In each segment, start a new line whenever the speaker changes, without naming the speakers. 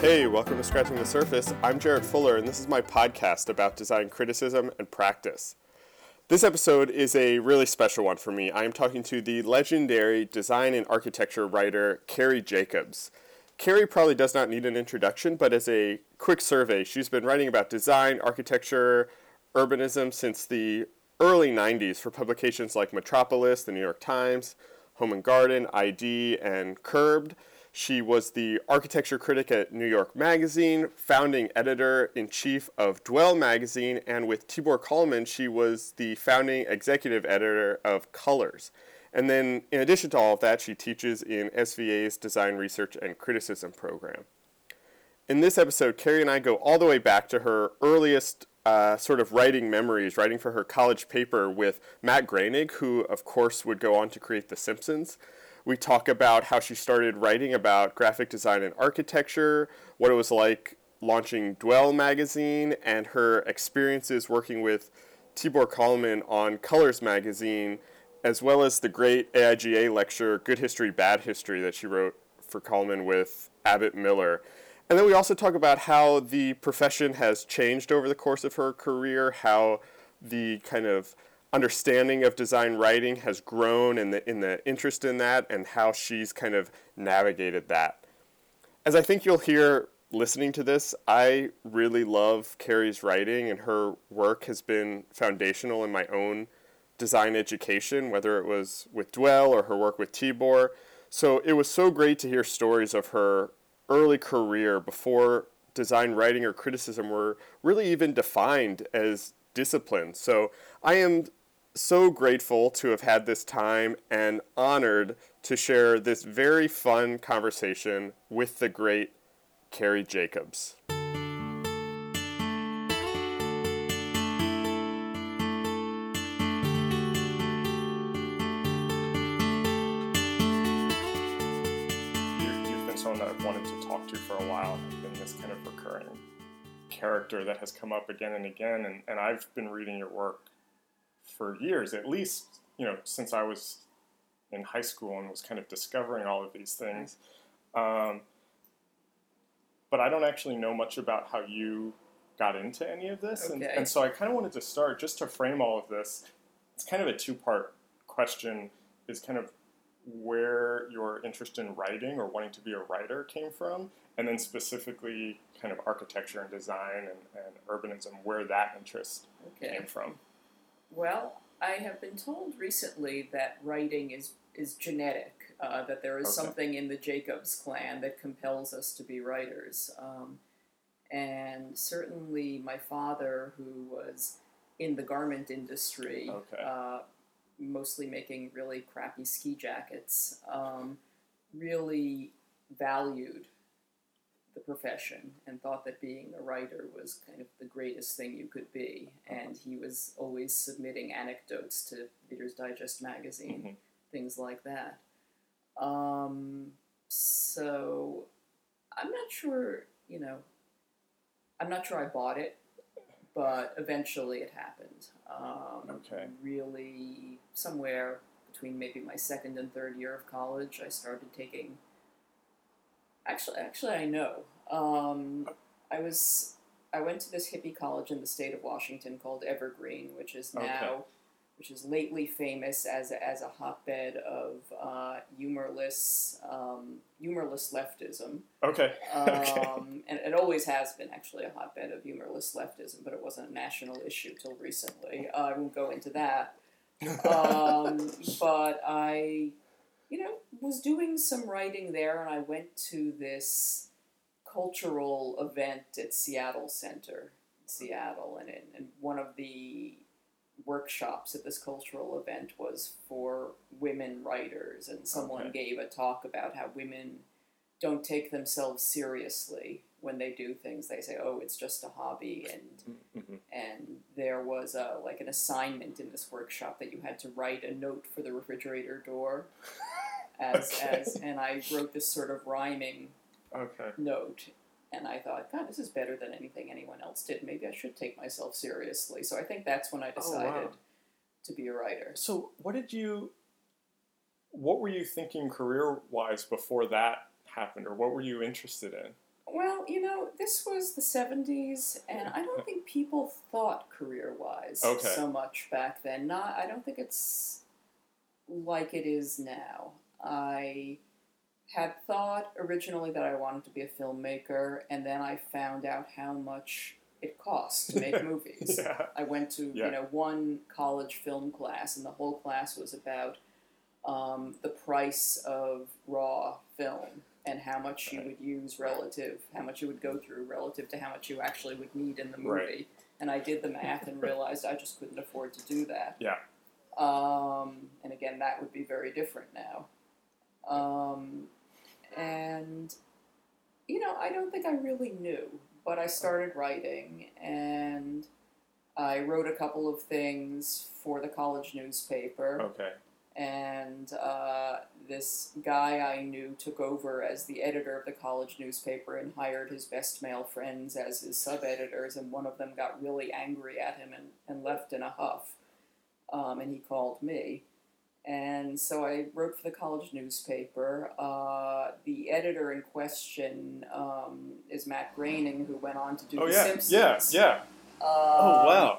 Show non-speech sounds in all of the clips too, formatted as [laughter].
Hey, welcome to Scratching the Surface. I'm Jared Fuller, and this is my podcast about design criticism and practice. This episode is a really special one for me. I am talking to the legendary design and architecture writer, Carrie Jacobs. Carrie probably does not need an introduction, but as a quick survey, she's been writing about design, architecture, urbanism since the early 90s for publications like Metropolis, The New York Times, Home and Garden, ID, and Curbed. She was the architecture critic at New York Magazine, founding editor in chief of Dwell Magazine, and with Tibor Kallman, she was the founding executive editor of Colors. And then, in addition to all of that, she teaches in SVA's Design Research and Criticism program. In this episode, Carrie and I go all the way back to her earliest uh, sort of writing memories, writing for her college paper with Matt Groening, who, of course, would go on to create The Simpsons. We talk about how she started writing about graphic design and architecture, what it was like launching Dwell magazine, and her experiences working with Tibor Kallman on Colors magazine, as well as the great AIGA lecture, Good History, Bad History, that she wrote for Kallman with Abbott Miller. And then we also talk about how the profession has changed over the course of her career, how the kind of understanding of design writing has grown and the, in the interest in that, and how she's kind of navigated that. As I think you'll hear listening to this, I really love Carrie's writing, and her work has been foundational in my own design education, whether it was with Dwell or her work with Tibor. So it was so great to hear stories of her early career before design writing or criticism were really even defined as disciplines. So I am so grateful to have had this time and honored to share this very fun conversation with the great Carrie Jacobs. you've been someone that I've wanted to talk to for a while. I've been this kind of recurring character that has come up again and again, and, and I've been reading your work for years, at least you know since I was in high school and was kind of discovering all of these things. Um, but I don't actually know much about how you got into any of this, and,
Okay.
and so I kind of wanted to start just to frame all of this. It's kind of a two-part question. Is kind of where your interest in writing or wanting to be a writer came from, and then specifically kind of architecture and design and, and urbanism, where that interest
Okay.
came from.
Well, I have been told recently that writing is is genetic. Uh, that there is
Okay.
something in the Jacobs clan that compels us to be writers. Um, and certainly, my father, who was in the garment industry,
Okay.
uh, mostly making really crappy ski jackets, um, really valued the profession and thought that being a writer was kind of the greatest thing you could be. And he was always submitting anecdotes to Reader's Digest magazine,
Mhm.
things like that. Um, so I'm not sure, you know, I'm not sure I bought it, but eventually it happened. Um,
Okay.
Really, somewhere between maybe my second and third year of college, I started taking. Actually, actually, I know. Um, I was I went to this hippie college in the state of Washington called Evergreen, which is now,
Okay.
which is lately famous as a, as a hotbed of uh, humorless um, humorless leftism.
Okay. [laughs]
Um,
okay.
And it always has been actually a hotbed of humorless leftism, but it wasn't a national issue till recently. Uh, I won't go into that.
Uh,
Um, but I, you know, was doing some writing there, and I went to this cultural event at Seattle Center, in Seattle, and, it, and one of the workshops at this cultural event was for women writers, and someone gave a talk about how women don't take themselves seriously when they do things. They say, "Oh, it's just a hobby," and
Mhm.
and there was a like an assignment in this workshop that you had to write a note for the refrigerator
[laughs]
door. As,
Okay.
as and I wrote this sort of rhyming
[laughs] okay.
note. And I thought, God, this is better than anything anyone else did. Maybe I should take myself seriously. So I think that's when I
Oh, wow.
decided to be a writer.
So, what did you, what were you thinking career wise before that happened, or what were you interested in?
Well, you know, this was the 70s, and I don't think people thought career wise
Uh-huh. Okay.
so much back then. Not, I don't think it's like it is now. I had thought originally that I wanted to be a filmmaker, and then I found out how much it costs to
[laughs]
make movies.
Yeah.
I went to
Yeah.
you know one college film class, and the whole class was about um, the price of raw film and how much you
Right.
would use relative, how much you would go through relative to how much you actually would need in the movie.
Right.
And I did the math and realized I just couldn't afford to do that.
Yeah.
Um, and again, that would be very different now. Um, and you know, I don't think I really knew, but I started writing and I wrote a couple of things for the college newspaper.
Okay.
And uh, this guy I knew took over as the editor of the college newspaper and hired his best male friends as his sub editors. And one of them got really angry at him and, and left in a huff. Um, and he called me. And so I wrote for the college newspaper. Uh, the editor in question um, is Matt Groening, who went on to do
Oh
The
yeah.
Simpsons.
Yeah. Yeah.
Um,
Oh wow.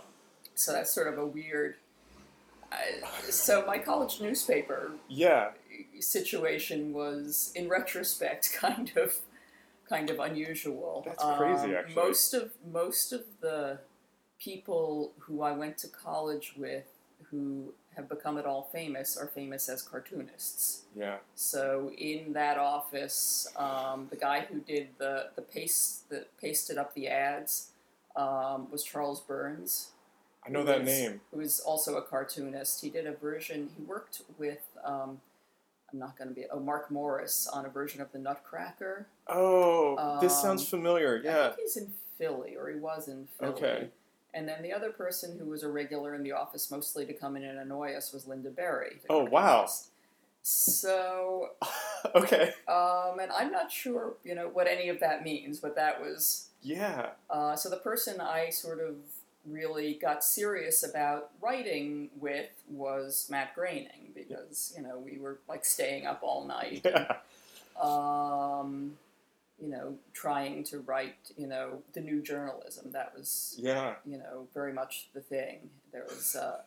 So that's sort of a weird. I, so my college newspaper
Yeah.
situation was, in retrospect, [laughs] kind of kind of unusual.
That's crazy,
Um,
actually.
Most of most of the people who I went to college with who have become at all famous are famous as cartoonists.
Yeah.
So in that office, um, the guy who did the the paste that pasted up the ads um, was Charles Burns
I know that name.
who is also a cartoonist. He did a version. He worked with um, I'm not going to be oh Mark Morris on a version of the Nutcracker.
Oh, this sounds
Um,
familiar.
I
Yeah.
think he's in Philly or he was in Philly.
Okay.
And then the other person who was a regular in the office, mostly to come in and annoy us, was Linda Berry. the
Oh, wow.
cartoonist. So,
[laughs] okay.
um, and I'm not sure, you know, what any of that means, but that was
Yeah.
Uh, so the person I sort of really got serious about writing with was Matt Groening because you know we were like staying up all
[laughs]
night,
Yeah.
um, you know, trying to write you know the new journalism that was
Yeah.
you know very much the thing. There was uh,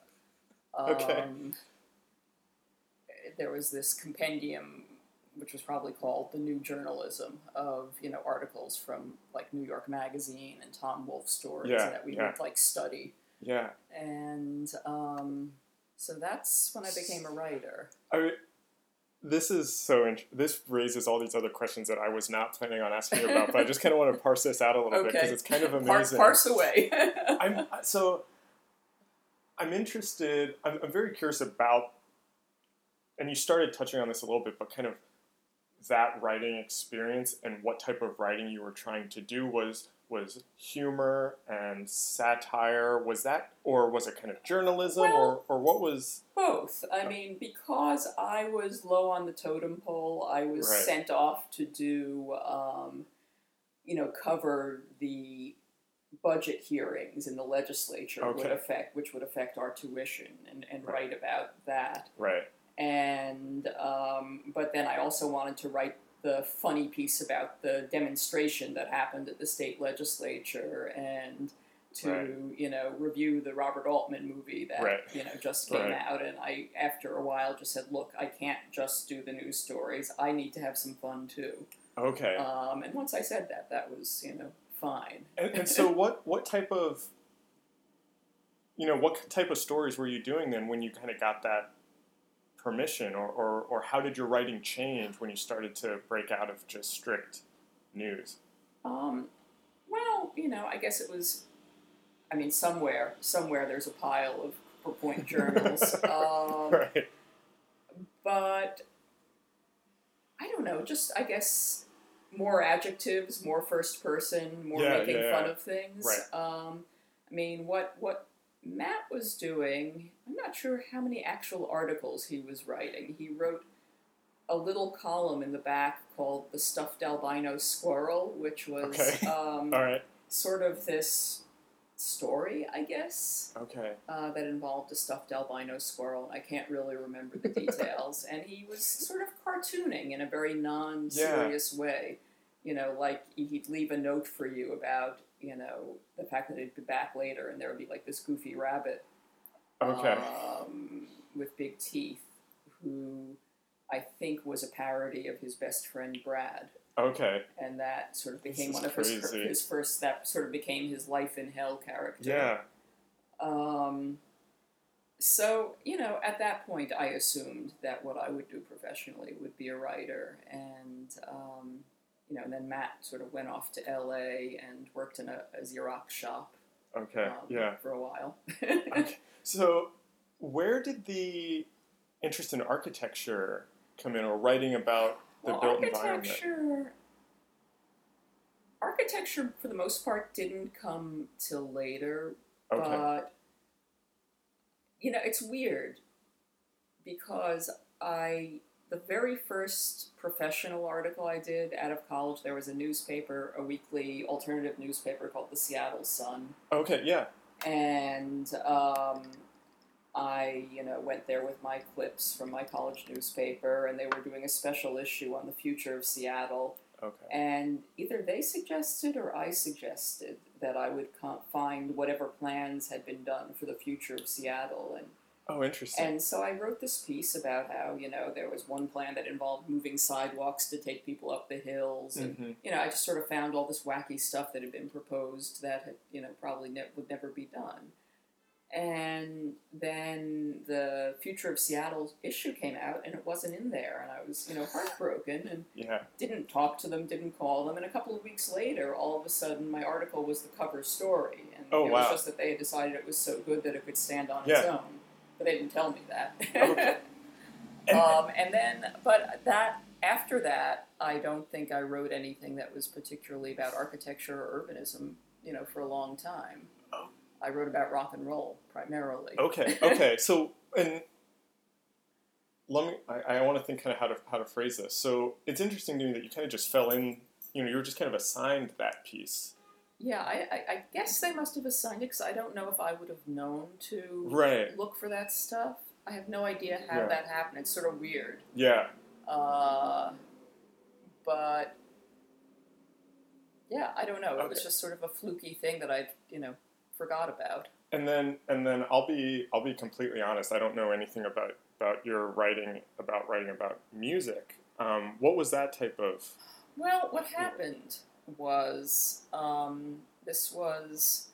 um,
Okay.
there was this compendium. Which was probably called the New Journalism of you know articles from like New York Magazine and Tom Wolfe stories
Yeah,
that we
yeah.
would like study,
Yeah.
and um, so that's when I became a writer.
I mean, this is so. Int- this raises all these other questions that I was not planning on asking you about, but I just kind of want to parse this out a little bit because
Okay.
it's kind of
Par-
amazing.
parse away. [laughs]
I'm so. I'm interested. I'm, I'm very curious about, and you started touching on this a little bit, but kind of that writing experience and what type of writing you were trying to do was was humor and satire was that or was it kind of journalism
Well-
or, or what was
Both. I mean, because I was low on the totem pole, I was
Right.
sent off to do, um, you know, cover the budget hearings in the legislature would
Okay.
affect, which would affect our tuition, and, and
Right.
write about that.
right
and um, but then I also wanted to write the funny piece about the demonstration that happened at the state legislature and to
Right.
you know review the Robert Altman movie that
Right.
you know just came
Right.
out and I after a while just said look I can't just do the news stories I need to have some fun too
okay
um, and once I said that that was you know fine
And, and
[laughs]
so, what what type of you know what type of stories were you doing then when you kind of got that permission, or, or or how did your writing change when you started to break out of just strict news? [laughs]
Um, well, you know, I guess it was. I mean, somewhere, somewhere there's a pile of four
[laughs]
point journals, um,
Right.
but I don't know. Just I guess more adjectives, more first person, more
Yeah,
making
yeah,
fun
yeah.
of things.
Right.
Um, I mean, what what Matt was doing, I'm not sure how many actual articles he was writing. He wrote a little column in the back called "The Stuffed Albino Squirrel," which was
Okay.
um,
All right.
sort of this story, I guess,
Okay.
uh, that involved a stuffed albino squirrel. I can't really remember the details. and he was sort of cartooning in a very non serious way. you know, like he'd leave a note for you about, you know, the fact that he'd be back later and there would be like this goofy rabbit
Okay.
um, with big teeth who I think was a parody of his best friend Brad.
Okay.
And that sort of
This
became
is
one of his, fir-
crazy.
his first, that sort of became his life in hell character.
Yeah.
Um, so, you know, at that point, I assumed that what I would do professionally would be a writer. And, um, you know, and then Matt sort of went off to LA and worked in a, a Xerox shop
Okay.
um,
Yeah.
for a while. [laughs]
Okay. So, where did the interest in architecture come in, or writing about the
well,
built environment?
architecture, architecture, for the most part, didn't come till later
Okay.
But you know, it's weird because I the very first professional article I did out of college, there was a newspaper, a weekly alternative newspaper called the Seattle Sun,
Okay. Yeah.
and um, I, you know, went there with my clips from my college newspaper, and they were doing a special issue on the future of Seattle.
Okay.
And either they suggested or I suggested that I would co- find whatever plans had been done for the future of Seattle. And,
Oh, interesting.
and so I wrote this piece about how, you know, there was one plan that involved moving sidewalks to take people up the hills. And,
hmm
you know, I just sort of found all this wacky stuff that had been proposed that, had, you know, probably ne- would never be done. And then the Future of Seattle issue came out and it wasn't in there. And I was, you know, heartbroken. And
Yeah.
didn't talk to them, didn't call them, and a couple of weeks later, all of a sudden, my article was the cover story, and
Oh,
it
wow.
was just that they had decided it was so good that it could stand on its
Yeah.
own, but they didn't tell me that. [laughs]
Okay.
um, and then, but that after that, I don't think I wrote anything that was particularly about architecture or urbanism, you know, for a long time.
Oh.
I wrote about rock and roll primarily. [laughs]
Okay. Okay. So, and let me. I, I want to think kind of how to how to phrase this. So, it's interesting to me that you kind of just fell in. You know, you were just kind of assigned that piece.
Yeah, I, I, I guess they must have assigned it because I don't know if I would have known to
Right.
look for that stuff. I have no idea how
Yeah.
that happened. It's sort of weird.
Yeah.
Uh, but yeah, I don't know. It was
Okay.
just sort of a fluky thing that I, you know, forgot about.
And then and then I'll be I'll be completely honest. I don't know anything about about your writing about writing about music. Um, what was that type of?
Well, what happened was um, this was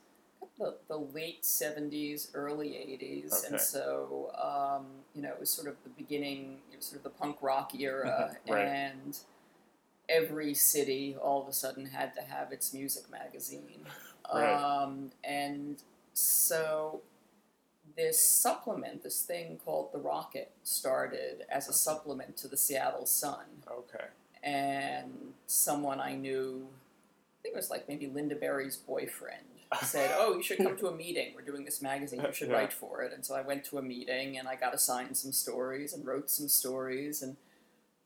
the, the late 70s, early 80s.
Okay.
And so, um, you know, it was sort of the beginning, it was sort of the punk rock era.
Mhm, [laughs] right.
And every city all of a sudden had to have its music magazine.
[laughs] Right.
Um, and so this supplement, this thing called The Rocket, started as a supplement to the Seattle Sun
Okay.
and someone I knew, I think it was like maybe Linda Berry's boyfriend, said, Oh, you should come to a meeting. We're doing this magazine. You
[laughs]
should
Yeah.
write for it. And so I went to a meeting and I got assigned some stories and wrote some stories. And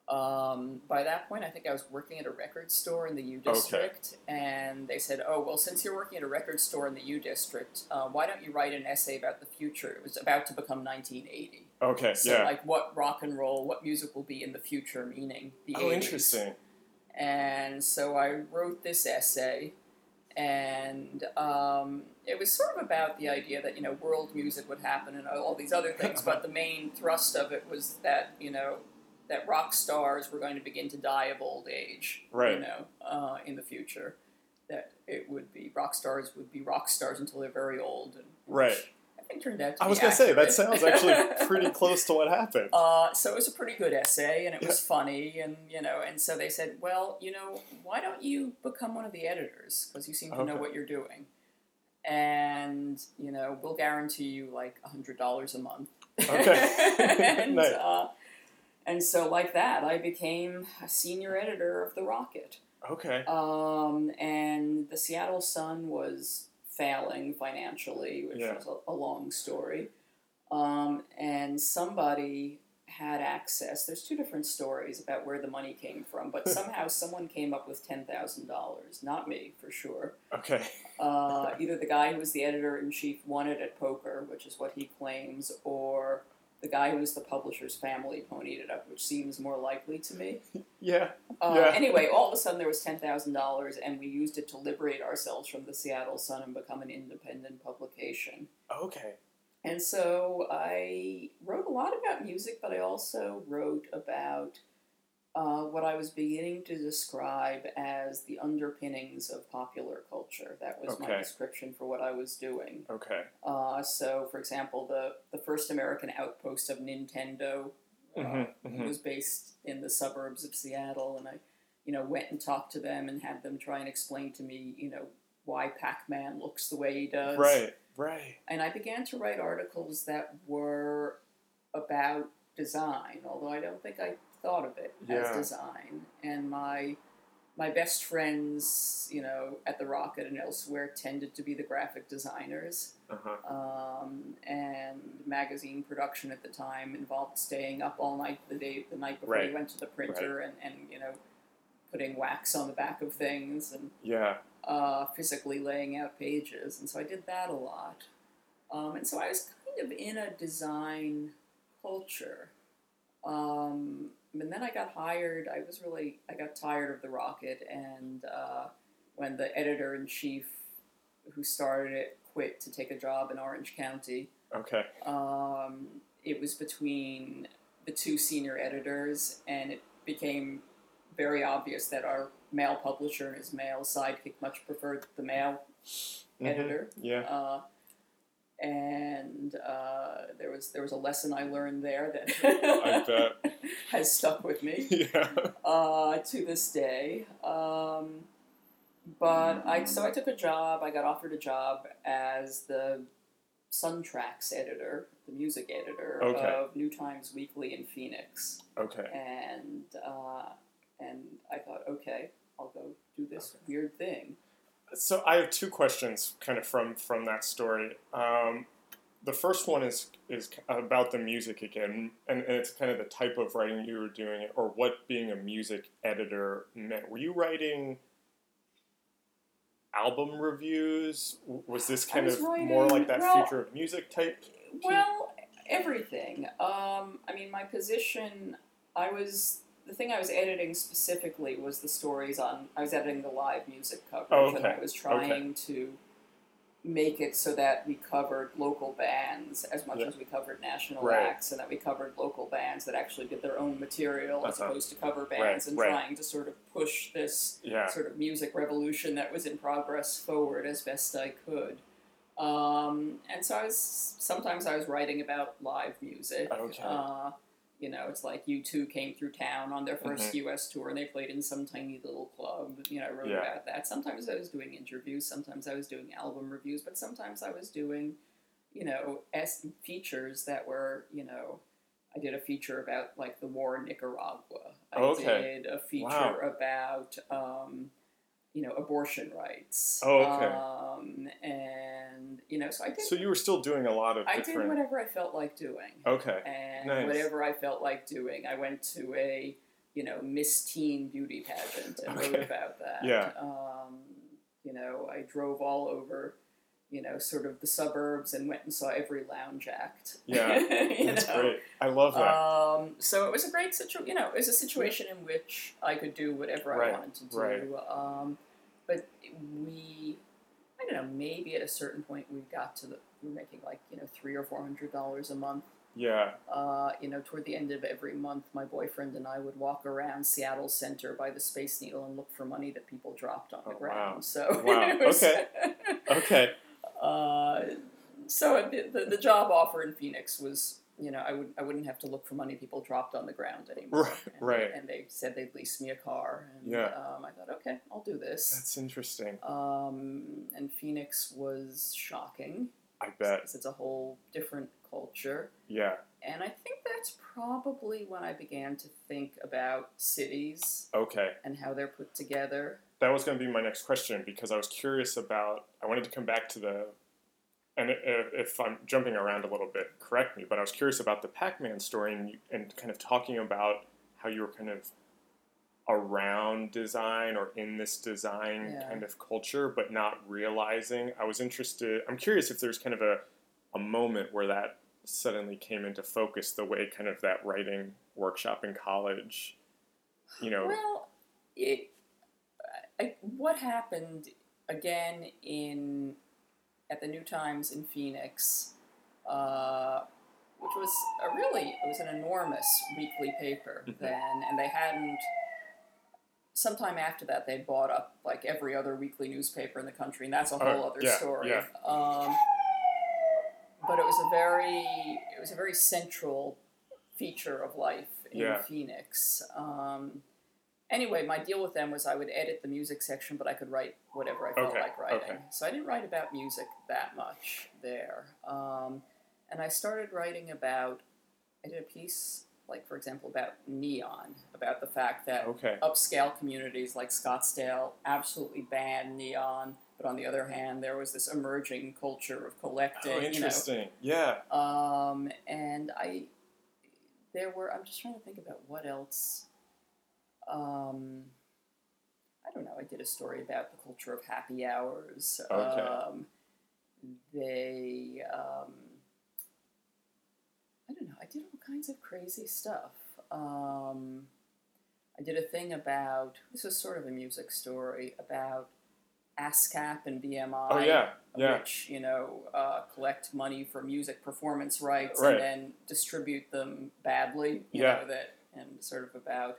um, by that point, I think I was working at a record store in the U District. And they said, Oh, well, since you're working at a record store in the U District, uh, why don't you write an essay about the future? It was about to become 1980.
Okay.
So,
yeah.
like, what rock and roll, what music will be in the future, meaning the
oh,
80s.
interesting.
And so I wrote this essay, and um, it was sort of about the idea that, you know, world music would happen and all these other things, but the main thrust of it was that, you know, that rock stars were going to begin to die of old age,
Right.
you know, uh, in the future. That it would be, rock stars would be rock stars until they're very old. And,
Right.
I think turned out to
I
be
was gonna say that
accurate.
sounds actually
[laughs]
pretty close to what happened.
Uh, so it was a pretty good essay, and it was funny, and you know, and so they said, well, you know, why don't you become one of the editors because you seem to know
Okay.
what you're doing, and you know, we'll guarantee you like a hundred dollars a month.
Okay.
[laughs]
[laughs]
and,
Nice.
uh, and so like that, I became a senior editor of the Rocket.
Okay.
Um, and the Seattle Sun was failing financially, which
Yeah.
was a, a long story. Um, and somebody had access. There's two different stories about where the money came from, but somehow someone came up with ten thousand dollars. Not me, for sure.
Okay.
Uh, either the guy who was the editor in chief won it at poker, which is what he claims, or the guy who was the publisher's family ponied it up, which seems more likely to me.
Yeah.
Uh,
Yeah.
Anyway, all of a sudden there was ten thousand dollars, and we used it to liberate ourselves from the Seattle Sun and become an independent publication.
Okay.
And so I wrote a lot about music, but I also wrote about uh, what I was beginning to describe as the underpinnings of popular culture. That was my
Okay.
description for what I was doing.
Okay.
Uh, so, for example, the, the first American outpost of Nintendo uh,
Mm-hmm.
who was based in the suburbs of Seattle, and I, you know, went and talked to them and had them try and explain to me, you know, why Pac-Man looks the way he does.
Right. Right.
And I began to write articles that were about design, although I don't think I thought of it
Yeah.
as design. And my my best friends, you know, at the Rocket and elsewhere, tended to be the graphic designers
Uh huh.
um, and magazine production at the time involved staying up all night the day the night before
Right.
you went to the printer and, and you know putting wax on the back of things and
Yeah.
uh, physically laying out pages and so I did that a lot um, and so I was kind of in a design culture um, and then I got hired I was really I got tired of the rocket and uh, when the editor in chief who started it quit to take a job in Orange County.
Okay.
Um, it was between the two senior editors, and it became very obvious that our male publisher and his male sidekick much preferred the male
Mhm.
editor. [laughs]
Yeah.
Uh, and uh, there was there was a lesson I learned there that
I
[laughs] has stuck with me
bet. yeah.
uh, to this day. Um, but I so I took a job. I got offered a job as the Suntracks editor, the music editor
Okay.
of New Times Weekly in Phoenix,
Okay.
and uh, and I thought, okay, I'll go do this weird thing.
So I have two questions, kind of from from that story. Um, the first one is is about the music again, and, and it's kind of the type of writing you were doing, or what being a music editor meant. Were you writing album reviews? W- Was this kind
was
of more
writing-
like that
well-
future of music type?
Well, everything. Um, I mean, my position, I was, the thing I was editing specifically was the stories on, I was editing the live music coverage,
Oh,
and
okay.
I was trying to make it so that we covered local bands as much
Yeah.
as we covered national
Right.
acts, and that we covered local bands that actually did their own material as
Uh-huh.
opposed to cover bands, and
right.
trying to sort of push this
Yeah.
sort of music revolution that was in progress forward as best I could. Um, and so I was sometimes I was writing about live music.
Okay.
Uh, you know, it's like U two came through town on their 1st
Mm-hmm.
U.S. tour and they played in some tiny little club. You know, I wrote
Yeah.
about that. Sometimes I was doing interviews. Sometimes I was doing album reviews. But sometimes I was doing, you know, es- features that were, you know, I did a feature about like the war in Nicaragua. I
Okay.
did a feature
Wow.
about um, you know abortion rights.
Oh, okay.
Um, and you know, so I did
So you were still doing a lot of
I did
different.
whatever I felt like doing,
okay.
and
Nice.
whatever I felt like doing, I went to a you know Miss Teen beauty pageant and
Okay.
wrote about that.
Yeah.
Um, you know, I drove all over. You know, sort of the suburbs, and went and saw every lounge act.
Yeah.
[laughs] You
That's
know?
great. I love that.
Um, so it was a great situation. You know, it was a situation in which I could do whatever
Right,
I wanted to do.
right.
Um, but we, I don't know. Maybe at a certain point we got to the we were making like you know three or four hundred dollars a month.
yeah.
[laughs] Uh, you know, toward the end of every month, my boyfriend and I would walk around Seattle Center by the Space Needle and look for money that people dropped on
Oh,
the
wow.
ground. So [laughs]
Wow,
it was,
okay. Okay.
uh, so the, the, the job offer in Phoenix was, you know, I would I wouldn't have to look for money people dropped on the ground anymore.
Right,
And,
right.
And they said they'd lease me a car. And,
Yeah.
Um, I thought, okay, I'll do this.
That's interesting.
Um, and Phoenix was shocking
I bet.
'cause it's a whole different culture.
Yeah.
And I think that's probably when I began to think about cities
Okay.
and how they're put together.
that was going to be my next question because I was curious about. I wanted to come back to the, and i- if I'm jumping around a little bit, correct me. But I was curious about the Pac-Man story and you- and kind of talking about how you were kind of around design or in this design
Yeah.
kind of culture, but not realizing. I was interested. I'm curious if there's kind of a a moment where that suddenly came into focus the way kind of that writing workshop in college, you know,
Well, it, I, what happened again in at the New Times in Phoenix, uh, which was a really it was an enormous weekly paper
Mhm.
then, and they hadn't. Sometime after that, they bought up like every other weekly newspaper in the country, and that's a whole
Oh,
other
yeah,
story.
yeah.
Um, but it was a very it was a very central feature of life in
Yeah.
Phoenix. Um, anyway, my deal with them was I would edit the music section, but I could write whatever I felt
Okay,
like writing.
okay.
So I didn't write about music that much there. Um, and I started writing about, I did a piece, like, for example, about neon, about the fact that
okay,
upscale communities like Scottsdale absolutely banned neon. But on the other hand, there was this emerging culture of collecting,
oh,
you know,
interesting, yeah,
um, and I, there were. I'm just trying to think about what else. Um, I don't know. I did a story about the culture of happy hours.
Okay.
Um, they. Um, I don't know. I did all kinds of crazy stuff. Um, I did a thing about this was sort of a music story about ASCAP and BMI
oh yeah, yeah,
which you know uh, collect money for music performance rights
Right.
and then distribute them badly. You
Yeah.
know, that and sort of about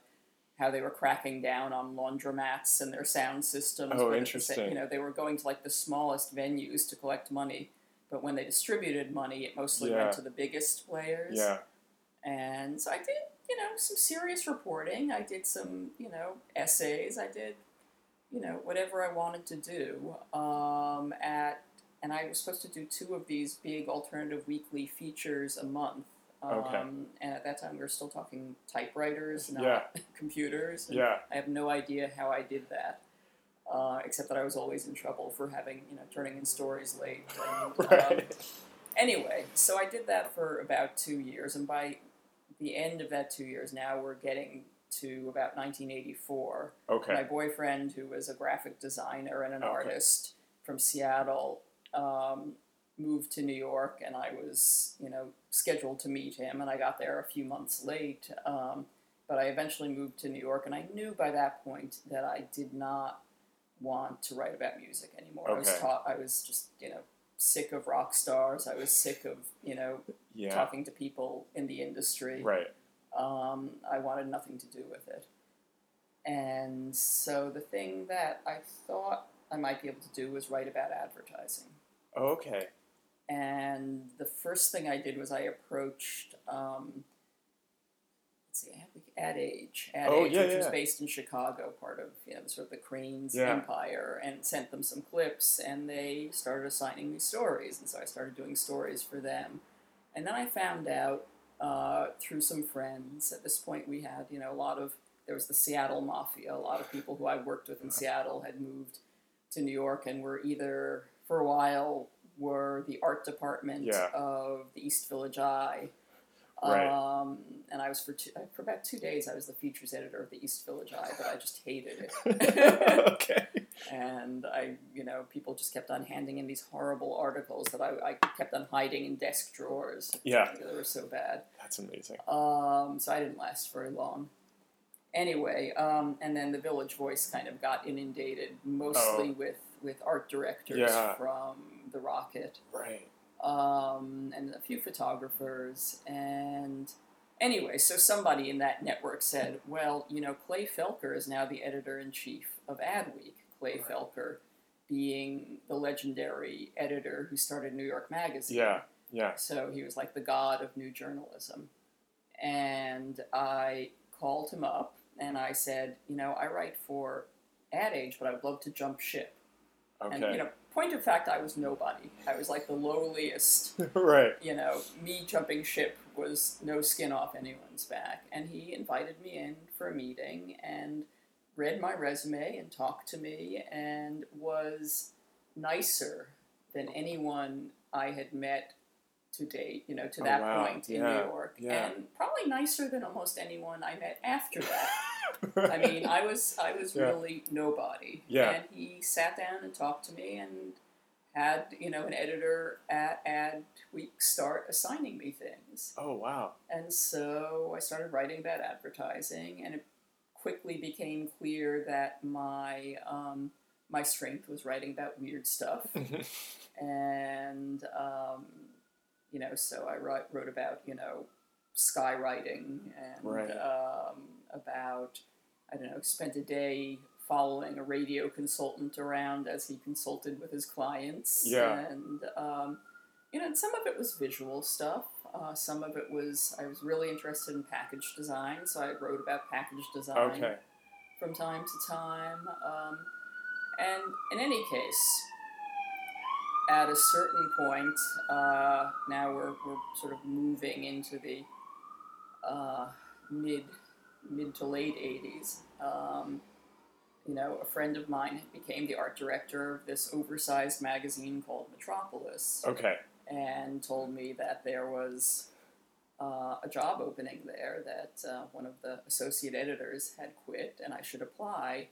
how they were cracking down on laundromats and their sound systems.
Oh,
but at the sa-
interesting.
You know, they were going to like the smallest venues to collect money, but when they distributed money, it mostly
Yeah.
went to the biggest players.
yeah,
And so I did, you know, some serious reporting. I did some, you know, essays. I did, you know, whatever I wanted to do. Um, at and I was supposed to do two of these big alternative weekly features a month. Um,
Okay.
And at that time, we were still talking typewriters, not
Yeah.
[laughs] computers. and [laughs]
yeah,
I have no idea how I did that, uh, except that I was always in trouble for having, you know, turning in stories late. And, um,
[laughs] right,
anyway, so I did that for about two years, and by the end of that two years, now we're getting to about 1984. My
okay,
boyfriend, who was a graphic designer and an
Okay.
artist from Seattle, um, moved to New York, and I was, you know, scheduled to meet him, and I got there a few months late. Um, but I eventually moved to New York, and I knew by that point that I did not want to write about music anymore. I was
Okay.
taught, I was just, you know, sick of rock stars. I was sick of, you know,
yeah,
talking to people in the industry.
right,
Um, I wanted nothing to do with it. And so the thing that I thought I might be able to do was write about advertising.
oh,
[laughs]
okay,
And the first thing I did was I approached, um, let's see, Ad, Ad Age, Ad
Oh,
Age,
yeah,
which was
yeah.
based in Chicago, part of you know sort of the Cranes
Yeah.
empire, and sent them some clips, and they started assigning me stories, and so I started doing stories for them, and then I found out uh, through some friends. At this point, we had you know a lot of there was the Seattle Mafia. A lot of people who I worked with in
Uh-huh.
Seattle had moved to New York and were either for a while were the art department
Yeah.
of the East Village Eye.
Right.
Um, and I was for two, uh, for about two days. I was the features editor of the East Village Eye, but I just hated
[laughs]
it.
okay,
and I, you know, people just kept on handing in these horrible articles that I, I kept on hiding in desk drawers.
yeah,
They were so bad.
that's amazing,
Um, so I didn't last very long. Anyway, um, and then the Village Voice kind of got inundated mostly with, with art directors
Oh. Yeah.
from The Rocket
right,
um, and a few photographers. And anyway, so somebody in that network said, well, you know, Clay Felker is now the editor in chief of Adweek. Clay
Right.
Felker being the legendary editor who started New York Magazine.
yeah, yeah,
So he was like the god of new journalism. And I called him up and I said, you know, I write for Ad Age, but I would love to jump ship. And, you
okay,
know, point of fact, I was nobody. I was like the lowliest
[laughs] right,
you know, me jumping ship was no skin off anyone's back. And he invited me in for a meeting and read my resume and talked to me and was nicer than anyone I had met to date, you know, to
Oh,
that
wow.
point in
Yeah,
New York.
yeah.
And probably nicer than almost anyone I met after that. I mean, I was I was
Yeah.
really nobody.
Yeah.
And he sat down and talked to me and had you know an editor at Ad Week start assigning me things,
[laughs] Oh wow.
[laughs] and so I started writing about advertising, and it quickly became clear that my um, my strength was writing about weird stuff, and um, you know, so I wrote, wrote about you know skywriting and
Right.
um, about I don't know spent a day following a radio consultant around as he consulted with his clients
Yeah.
and um, you know and some of it was visual stuff uh, some of it was I was really interested in package design so I wrote about package design
Okay.
from time to time. Um, and in any case, at a certain point, uh, now we're, we're sort of moving into the uh, mid mid to late '80s. Um, you know, a friend of mine became the art director of this oversized magazine called Metropolis
Okay.
and told me that there was uh, a job opening there that uh, one of the associate editors had quit and I should apply.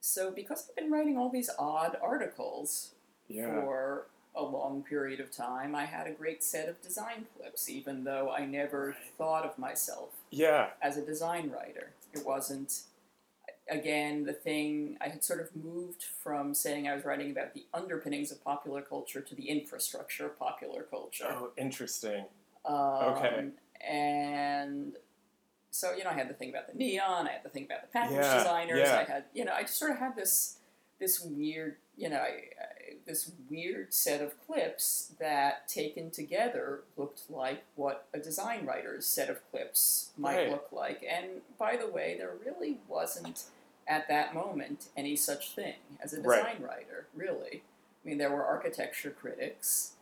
So, because I've been writing all these odd articles
Yeah.
for a long period of time, I had a great set of design clips, even though I never thought of myself
Yeah.
as a design writer. It wasn't, again, the thing I had sort of moved from saying I was writing about the underpinnings of popular culture to the infrastructure of popular culture.
Oh, interesting.
Um,
Okay.
And so, you know, I had the thing about the neon, I had the thing about the package
Yeah,
designers,
yeah.
I had, you know, I just sort of had this this weird, you know, I, I, this weird set of clips that taken together looked like what a design writer's set of clips might
Right.
look like. And by the way, there really wasn't at that moment any such thing as a
Right.
design writer, really. I mean, there were architecture critics.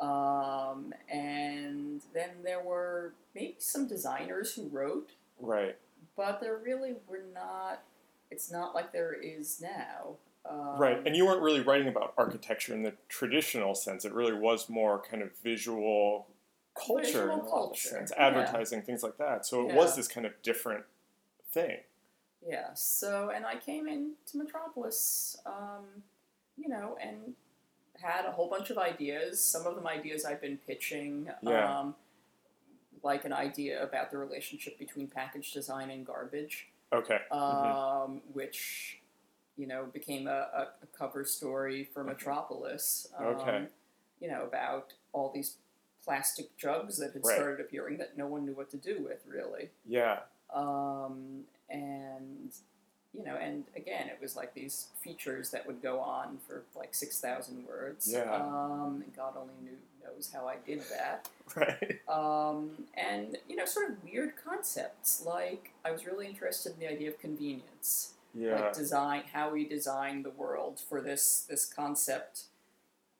Um, and then there were maybe some designers who wrote,
Right.
but there really were not, it's not like there is now. Um,
Right. And you weren't really writing about architecture in the traditional sense. It really was more kind of visual culture
Visual
in a lot of
culture,
sense,
yeah.
advertising, things like that. So it was
Yeah.
this kind of different thing.
yeah, so, and I came into Metropolis, um, you know, and had a whole bunch of ideas. Some of them ideas I've been pitching,
Yeah.
um, like an idea about the relationship between package design and garbage.
Okay.
um,
Mhm.
which you know became a, a, a cover story for Metropolis. Um,
Mm-hmm. Okay.
You know about all these plastic jugs that had
Right.
started appearing that no one knew what to do with really,
Yeah. [laughs]
um, and you know, and again, it was like these features that would go on for like six thousand words.
Yeah.
Um, and God only knew knows how I did that
Right.
um, and you know sort of weird concepts like i was really interested in the idea of convenience
Yeah.
like design how we design the world for this this concept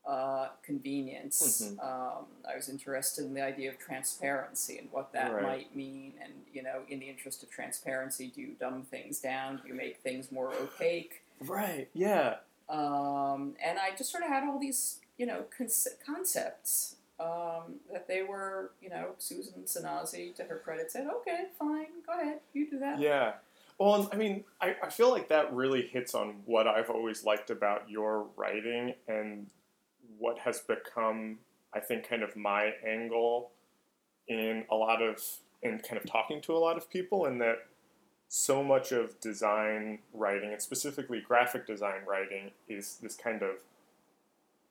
uh, convenience
Mhm.
um, i was interested in the idea of transparency and what that
Right.
might mean and you know in the interest of transparency do you dumb things down do you make things more opaque
Right. Yeah.
um, and I just sort of had all these, you know, conce- concepts um, that they were, you know, Susan Sanazi, to her credit, said, "Okay, fine, go ahead, you do that."
Yeah. Well, and, I mean, I, I feel like that really hits on what I've always liked about your writing and what has become, I think, kind of my angle in a lot of, in kind of talking to a lot of people, and that so much of design writing, and specifically graphic design writing, is this kind of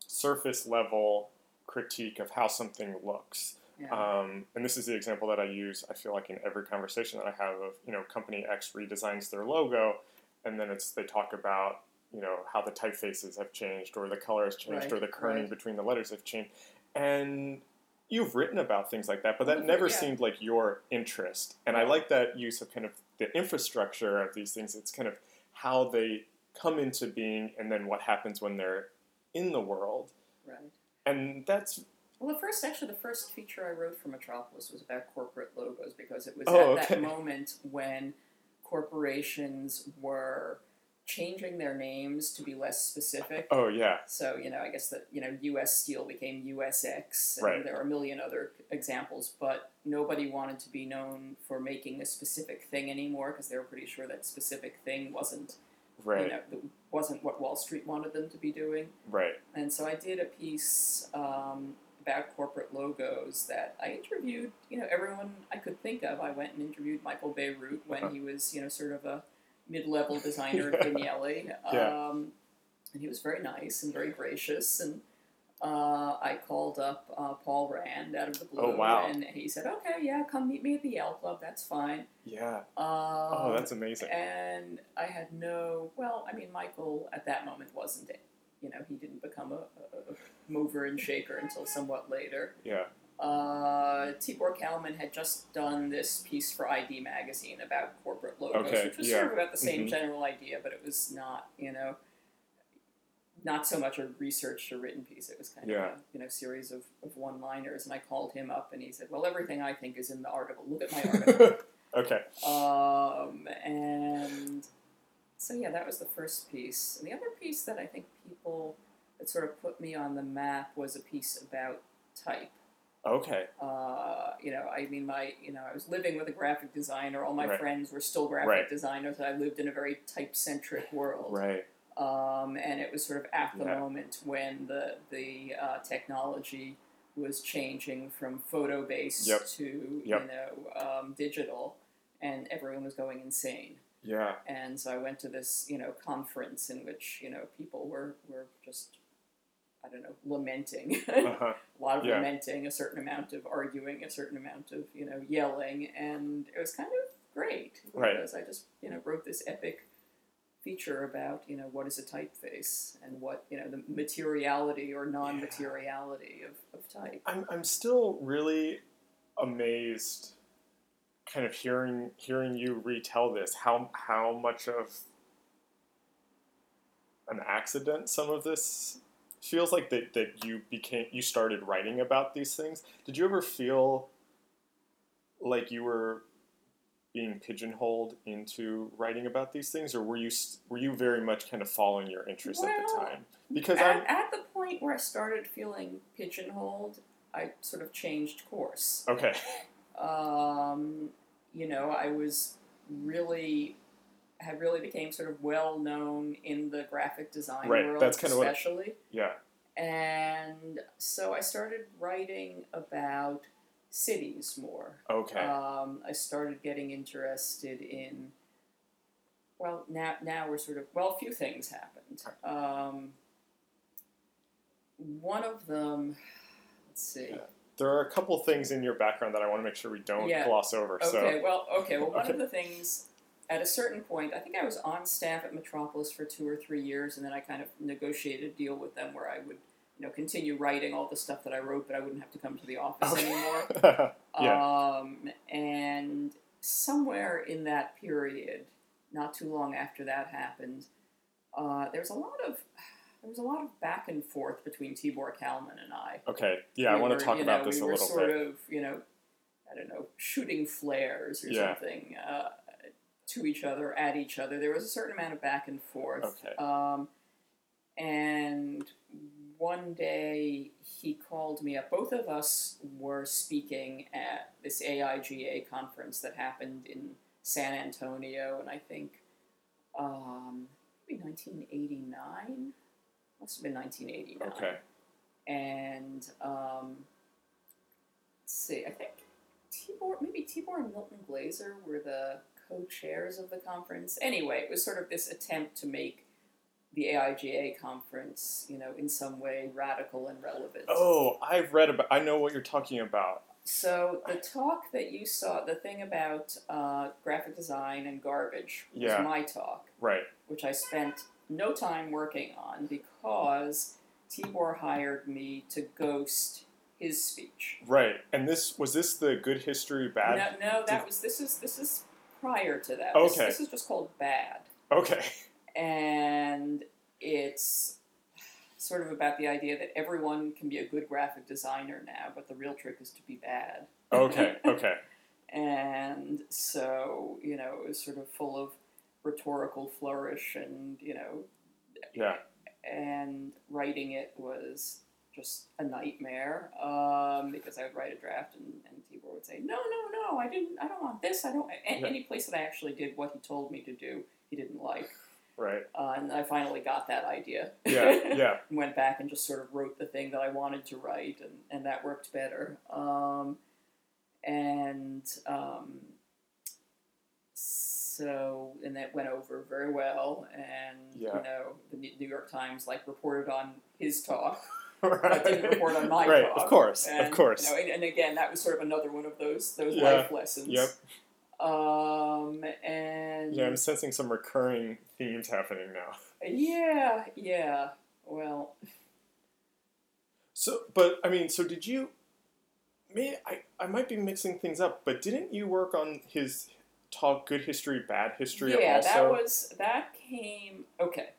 surface level critique of how something looks.
Yeah.
Um, and this is the example that I use, I feel like, in every conversation that I have of, you know, company X redesigns their logo, and then it's they talk about, you know, how the typefaces have changed, or the color has changed, or
Right,
the kerning
right.
between the letters have changed. And you've written about things like that, but that
Mhm,
never
yeah.
seemed like your interest. And I like that use of kind of the infrastructure of these things. It's kind of how they come into being and then what happens when they're in the world.
right.
And that's
Well, the first, actually, the first feature I wrote for Metropolis was about corporate logos because it was
Oh,
at
okay.
that moment when corporations were changing their names to be less specific.
oh yeah.
So you know, I guess that you know, U.S. Steel became USX, and
Right.
there are a million other examples. But nobody wanted to be known for making a specific thing anymore because they were pretty sure that specific thing wasn't
Right.
you know th- wasn't what Wall Street wanted them to be doing.
Right.
And so I did a piece um, about corporate logos that I interviewed, you know, everyone I could think of. I went and interviewed Michael Beirut when
Uh-huh.
he was, you know, sort of a mid-level designer
[laughs] Yeah.
at Vignelli. Um,
Yeah.
And he was very nice and very gracious. And uh, I called up uh, Paul Rand out of the blue.
Oh, wow.
And he said, okay, yeah, come meet me at the Yale Club. That's fine.
Yeah.
Um,
Oh, that's amazing.
and I had no, well, I mean, Michael at that moment wasn't it. You know, he didn't become a, a, a mover and shaker until somewhat later.
Yeah.
Uh, Tibor Kalman had just done this piece for ID Magazine about corporate logos,
Okay,
which was
yeah.
sort of about the same
Mhm.
general idea, but it was not, you know, not so much a researched or written piece. It was kind
Yeah.
of a you know series of, of one liners. And I called him up, and he said, "Well, everything I think is in the article. Look at my article."
[laughs] okay.
Um, and so, yeah, that was the first piece. And the other piece that I think people that sort of put me on the map was a piece about type.
Okay.
Uh, you know, I mean, my, you know, I was living with a graphic designer. All my
Right.
friends were still graphic
Right.
designers. I lived in a very type centric world.
Right.
Um, and it was sort of at the
Yeah.
moment when the the uh, technology was changing from photo based
Yep.
to
Yep.
you know um, digital, and everyone was going insane.
Yeah.
[laughs] And so I went to this you know conference in which you know people were were just I don't know lamenting
Uh huh.
a lot of
Yeah.
lamenting, a certain amount of arguing, a certain amount of you know yelling, and it was kind of great
Right.
because I just you know wrote this epic feature about you know what is a typeface and what you know the materiality or non-materiality of, of type.
I'm, I'm still really amazed kind of hearing hearing you retell this how how much of an accident some of this feels like that, that you became you started writing about these things did you ever feel like you were being pigeonholed into writing about these things or were you s- were you very much kind of following your interests at the
Well,
time because i'm
At, at the point where I started feeling pigeonholed, I sort of changed course.
okay
um, you know, I was really had really became sort of well known in the graphic design
Right,
world,
that's kinda what-
especially.
yeah
And so I started writing about cities more.
okay
Um, I started getting interested in. Well, now now we're sort of well, a few things happened. Um, one of them, let's see.
Yeah. There are a couple things in your background that I want to make sure we don't
Yeah.
gloss over.
Okay,
So
well, okay, well, one
Okay.
of the things at a certain point, I think I was on staff at Metropolis for two or three years, and then I kind of negotiated a deal with them where I would, you know, continue writing all the stuff that I wrote, but I wouldn't have to come to the office
Okay.
anymore.
[laughs]
Um, and somewhere in that period, not too long after that happened, uh, there was a lot of there was a lot of back and forth between Tibor Kalman and I.
okay, yeah, I
We
want
were,
to talk
you
about
know,
this
we
a
were
little
sort
bit.
of, you know, I don't know, shooting flares or
Yeah.
something uh, to each other, at each other. There was a certain amount of back and forth.
Okay.
Um, and one day he called me up. Both of us were speaking at this AIGA conference that happened in San Antonio, and I think um, maybe 1989. Must have been 1989
Okay,
and um, let's see, I think Tibor, maybe Tibor and Milton Glazer were the co-chairs of the conference. Anyway, it was sort of this attempt to make the AIGA conference, you know, in some way radical and relevant.
oh, I've read about. I know what you're talking about.
So the talk that you saw, the thing about uh, graphic design and garbage, was
Yeah.
my talk
Right.
which I spent no time working on because Tibor hired me to ghost his speech.
Right. And this was this the good history bad.
no, no, that was this is this is prior to that. This,
Okay.
this is just called bad,
Okay.
and it's sort of about the idea that everyone can be a good graphic designer now, but the real trick is to be bad.
Okay. Okay.
[laughs] And so, you know, it was sort of full of rhetorical flourish and, you know,
Yeah.
and writing it was just a nightmare um, because I would write a draft and, and Tibor would say, no, no, no, I didn't, I don't want this, I don't, a-
Yeah.
any place that I actually did what he told me to do, he didn't like.
Right.
Uh, and I finally got that idea. [laughs]
Yeah. Yeah. [laughs]
went back and just sort of wrote the thing that I wanted to write, and, and that worked better. Um, and um, so, and that went over very well. And
Yeah.
you know, the New New York Times like reported on
[laughs]
his talk,
right.
but didn't report on
[laughs]
my
Right.
talk.
Of course.
And,
of course.
you know, and, and again, that was sort of another one of those those
Yeah.
life lessons.
Yep.
Um, and
Yeah, I'm sensing some recurring themes happening now.
yeah, yeah. Well,
So, but I mean, so did you? May I? I might be mixing things up, but didn't you work on his talk, good history, bad history?
yeah,
also?
that was that came okay.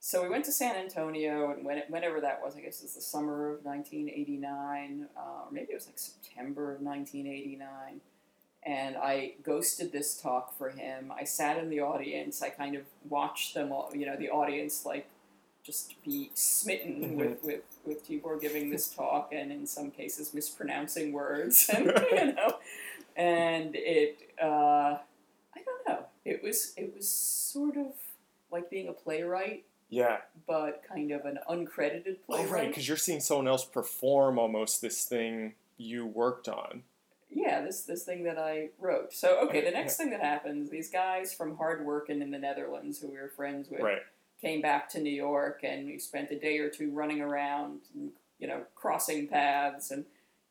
So we went to San Antonio, and when whenever that was, I guess it's the summer of 1989, uh, or maybe it was like September of 1989. And I ghosted this talk for him. I sat in the audience. I kind of watched them all, you know, the audience like just be
Mm-hmm.
smitten with, with, with Tibor giving this talk and in some cases mispronouncing words [laughs] and you know and it uh, I don't know it was it was sort of like being a playwright
Yeah.
but kind of an uncredited
Oh,
playwright
right, because you're seeing someone else perform almost this thing you worked on.
yeah this this thing that I wrote so okay the next thing that happens these guys from hard working in the Netherlands who we were friends with [laughs]
Right. [laughs]
came back to New York and we spent a day or two running around, and, you know, crossing paths. And,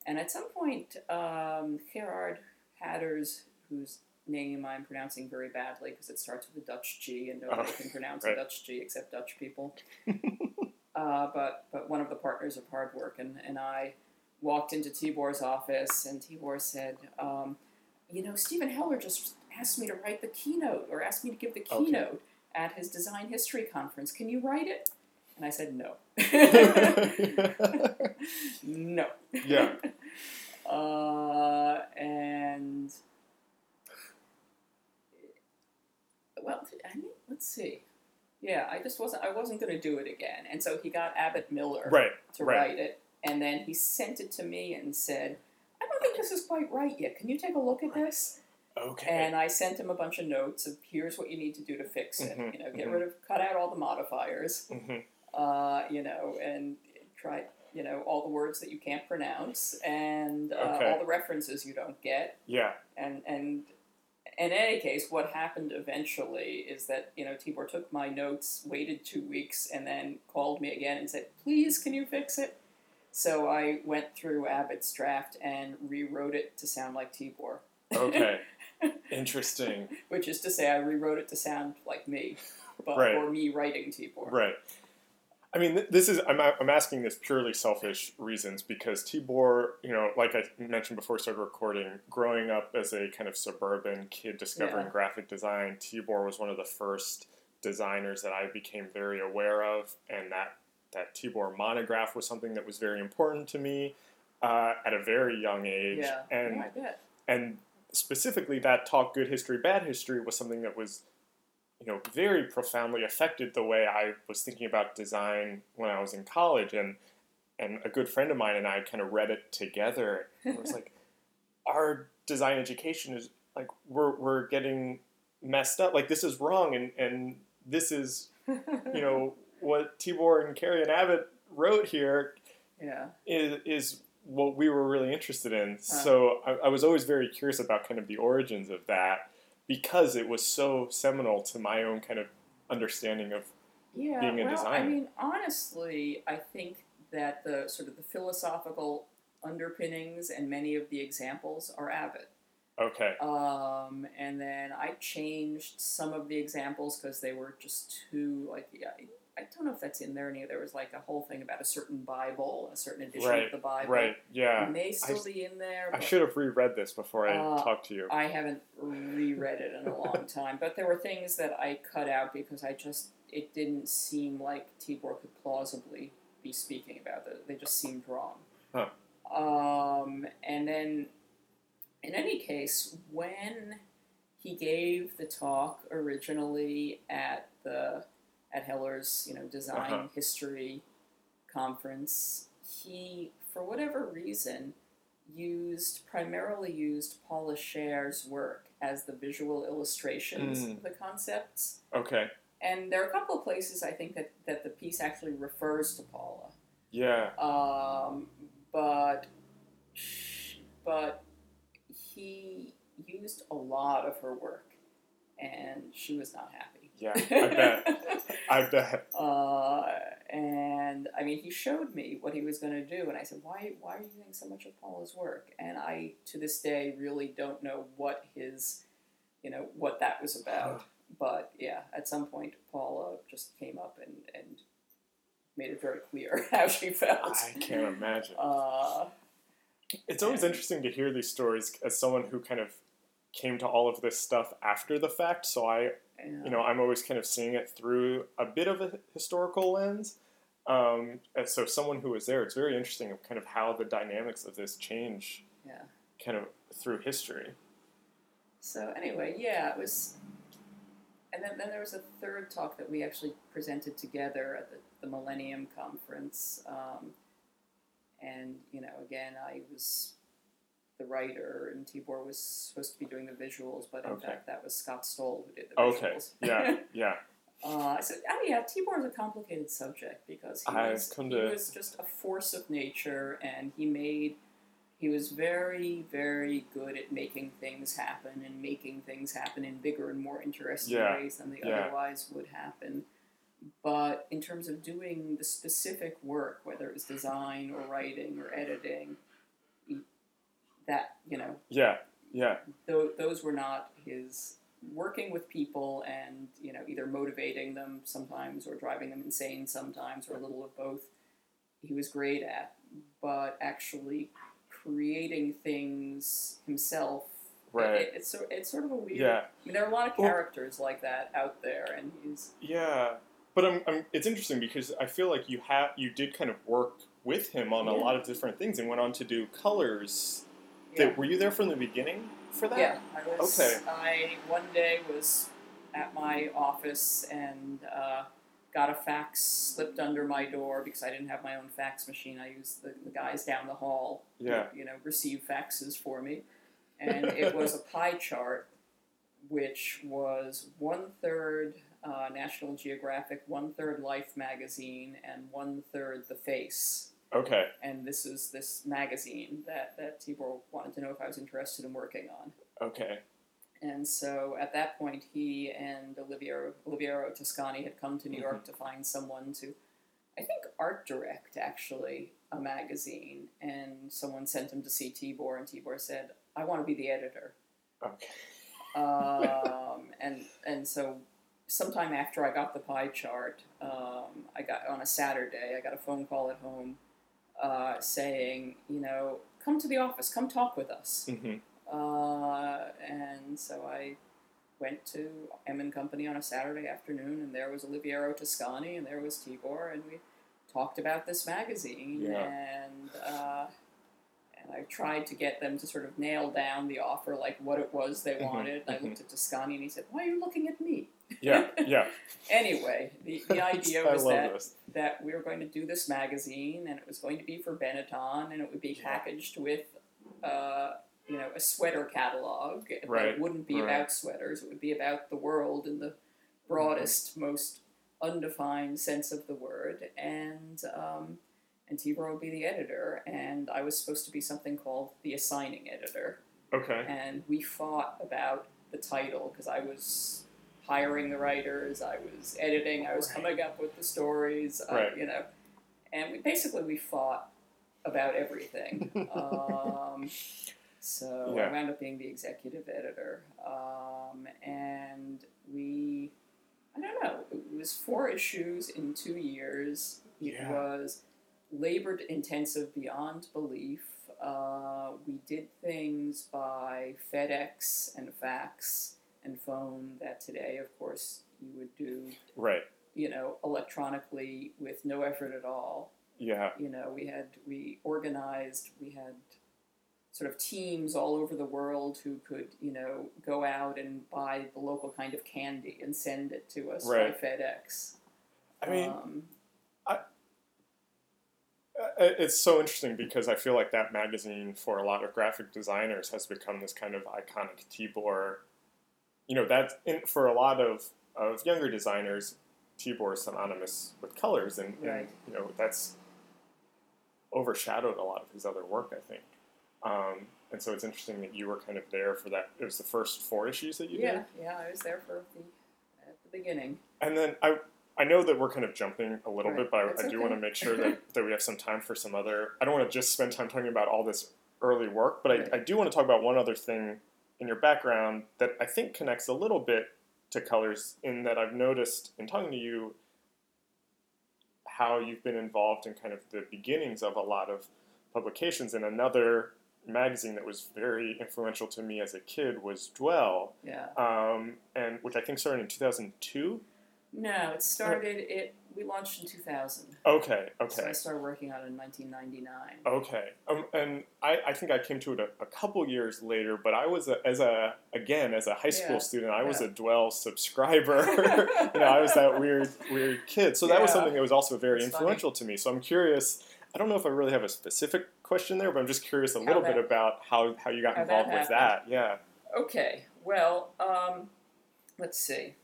and at some point, um, Gerard Hatters, whose name I'm pronouncing very badly because it starts with a Dutch G and nobody
Oh,
can pronounce
right.
a Dutch G except Dutch
[laughs]
people. uh, but, but one of the partners of Hard Work and, and I walked into Tibor's office and Tibor said, um, you know, Stephen Heller just asked me to write the keynote or asked me to give the
Okay.
keynote at his design history conference. Can you write it? And I said, no. no.
Yeah.
Uh, and, well, I mean, let's see. Yeah, I just wasn't, I wasn't going to do it again. And so he got Abbott Miller
right.
to
right.
write it. And then he sent it to me and said, I don't think this is quite right yet. Can you take a look at this?
Okay.
And I sent him a bunch of notes of here's what you need to do to fix it.
Mhm,
You know, get
mhm.
rid of, cut out all the modifiers.
Mhm.
Uh, you know, and try, you know, all the words that you can't pronounce and uh,
Okay.
all the references you don't get.
Yeah.
And and in any case, what happened eventually is that you know Tibor took my notes, waited two weeks, and then called me again and said, "Please, can you fix it?" So I went through Abbott's draft and rewrote it to sound like Tibor
Okay.
[laughs]
Interesting.
which is to say I rewrote it to sound like me, but
Right.
or me writing Tibor.
Right. I mean, th- this is I'm, I'm asking this purely selfish reasons because Tibor, you know, like I mentioned before we started recording, growing up as a kind of suburban kid discovering
Yeah.
graphic design, Tibor was one of the first designers that I became very aware of, and that that Tibor monograph was something that was very important to me uh, at a very young age,
Yeah. Oh
and
yeah, I bet.
and specifically that talk good history bad history was something that was you know very profoundly affected the way i was thinking about design when i was in college and and a good friend of mine and i kind of read it together and it was like our design education is like we're, we're getting messed up like this is wrong and and this is
[laughs]
you know what tibor and carrie and abbott wrote here
Yeah.
is is what we were really interested in.
Uh-huh.
So I, I was always very curious about kind of the origins of that because it was so seminal to my own kind of understanding of
Yeah.
Being a
well,
designer.
I mean, honestly, I think that the sort of the philosophical underpinnings and many of the examples are Abbott.
okay,
Um, and then I changed some of the examples because they were just too like yeah, I, I don't know if that's in there. Any there was like a whole thing about a certain Bible, a certain edition
Right,
of the Bible.
right,
It
yeah.
may still
I-
be in there.
I
but-
should have reread this before I
Uh,
talked to you.
I haven't reread it in
[laughs]
a long time, but there were things that I cut out because I just it didn't seem like Tibor could plausibly be speaking about it. They just seemed wrong.
Huh.
Um, and then, in any case, when he gave the talk originally at the at Heller's you know design
Uh-huh.
history conference, he for whatever reason used primarily used Paula Scher's work as the visual illustrations
Mm.
of the concepts,
Okay,
And there are a couple of places I think that, that the piece actually refers to Paula.
Yeah.
Um, but but he used a lot of her work, and she was not happy.
Yeah.
[laughs]
I bet. I bet.
uh, and I mean, he showed me what he was going to do, and I said, "Why? Why are you doing so much of Paula's work?" And I, to this day, really don't know what his, you know, what that was about. But yeah, at some point, Paula just came up and and made it very clear [laughs] how she felt.
I can't imagine.
Uh,
It's always interesting to hear these stories as someone who kind of came to all of this stuff after the fact. So I,
and,
you know, I'm always kind of seeing it through a bit of a historical lens. Um, and so someone who was there, it's very interesting of kind of how the dynamics of this change
yeah.
kind of through history.
So anyway, yeah, it was. And then, then there was a third talk that we actually presented together at the, the Millennium Conference. Um, and, you know, again, I was the writer and Tibor was supposed to be doing the visuals, but in
Okay.
fact, that was Scott Stoll who did the
Okay.
visuals. [laughs]
Yeah. Yeah.
Uh, so, oh yeah, Tibor is a complicated subject because he,
I've
was,
come
he
to-
was just a force of nature, and he made he was very, very good at making things happen and making things happen in bigger and more interesting
Yeah,
ways than they
yeah.
otherwise would happen. But in terms of doing the specific work, whether it was design or writing or editing, he- that you know
Yeah. Yeah.
tho- those were not his working with people and you know either motivating them sometimes or driving them insane sometimes or a little of both he was great at but actually creating things himself
Right.
it, it's, so, it's sort of a weird
Yeah.
I mean, there are a lot of
Well-
characters like that out there and he's
Yeah, but I'm, I'm, it's interesting because I feel like you have you did kind of work with him on a
Yeah.
lot of different things and went on to do colors.
yeah.
That, were you there from the beginning for that?
Yeah, I was.
Okay.
I one day was at my office and uh, got a fax slipped under my door because I didn't have my own fax machine. I used the, the guys down the hall. to,
Yeah.
you know, receive faxes for me, and it was a pie chart, which was one third. Uh, National Geographic, one third Life magazine, and one third The Face
Okay.
and this is this magazine that that Tibor wanted to know if I was interested in working on.
Okay.
And so at that point, he and Oliviero, Oliviero Toscani had come to New York to find someone to, I think, art direct actually a magazine. And someone sent him to see Tibor, and Tibor said, "I want to be the editor."
Okay.
um, and and so sometime after I got the pie chart, um, I got on a Saturday. I got a phone call at home uh, saying, you know, come to the office, come talk with us.
hmm
Uh, and so I went to M and Company on a Saturday afternoon, and there was Oliviero Toscani, and there was Tibor, and we talked about this magazine,
Yeah.
and uh, and I tried to get them to sort of nail down the offer, like what it was they
Mhm,
wanted. I
mhm.
looked at Toscani, and he said, "Why are you looking at me?"
Yeah. Yeah.
Anyway, the, [laughs]
[laughs]
the idea
I
was
love
that
this.
that we were going to do this magazine and it was going to be for Benetton and it would be
Yeah.
packaged with, uh, you know, a sweater catalog.
Right,
It wouldn't be
right.
about sweaters. It would be about the world in the broadest,
Mm-hmm.
most undefined sense of the word. And um, and Tibor would be the editor. And I was supposed to be something called the assigning editor
Okay.
and we fought about the title because I was hiring the writers, I was editing, I was
Right.
coming up with the stories, uh,
Right.
you know, and we basically we fought about everything.
[laughs]
um, so
Yeah.
I wound up being the executive editor, um, and we. I don't know. It was four issues in two years. It
Yeah.
was labor intensive beyond belief. Uh, we did things by FedEx and fax and phone that today, of course, you would do,
Right.
you know, electronically with no effort at all
Yeah.
you know we had we organized we had sort of teams all over the world who could you know go out and buy the local kind of candy and send it to us
Right.
by FedEx.
I mean,
um,
uh, it's so interesting because I feel like that magazine for a lot of graphic designers has become this kind of iconic Tibor. You know, that's in, for a lot of of younger designers, Tibor is synonymous with colors, and, and,
Right.
you know that's overshadowed a lot of his other work, I think. Um, and so it's interesting that you were kind of there for that. It was the first four issues that you did.
Yeah, yeah, I was there for the at the beginning.
And then I I know that we're kind of jumping a little
Right.
bit, but I, I
That's
do
okay.
want to make
[laughs]
sure that, that we have some time for some other. I don't want to just spend time talking about all this early work, but I,
Right.
I do want to talk about one other thing in your background that I think connects a little bit to colors, in that I've noticed in talking to you how you've been involved in kind of the beginnings of a lot of publications. And another magazine that was very influential to me as a kid was Dwell,
Yeah.
um, and which I think started in 2002.
No, it started it we launched in 2000.
Okay,
So I
okay,
started working on it in 1999.
okay. Um, and I, I think I came to it a, a couple years later, but I was a, as a again as a high school
Yeah,
student, I was
yeah.
a Dwell subscriber. [laughs]
[laughs]
you know, I was that weird weird kid. So that was
Yeah.
something that was also very
It's funny.
influential to me. So I'm curious. I don't know if I really have a specific question there, but I'm just curious a
How
little
that-
bit about how, how you got
how that
involved with that.
happened.
Yeah.
Okay. Well, um, let's see.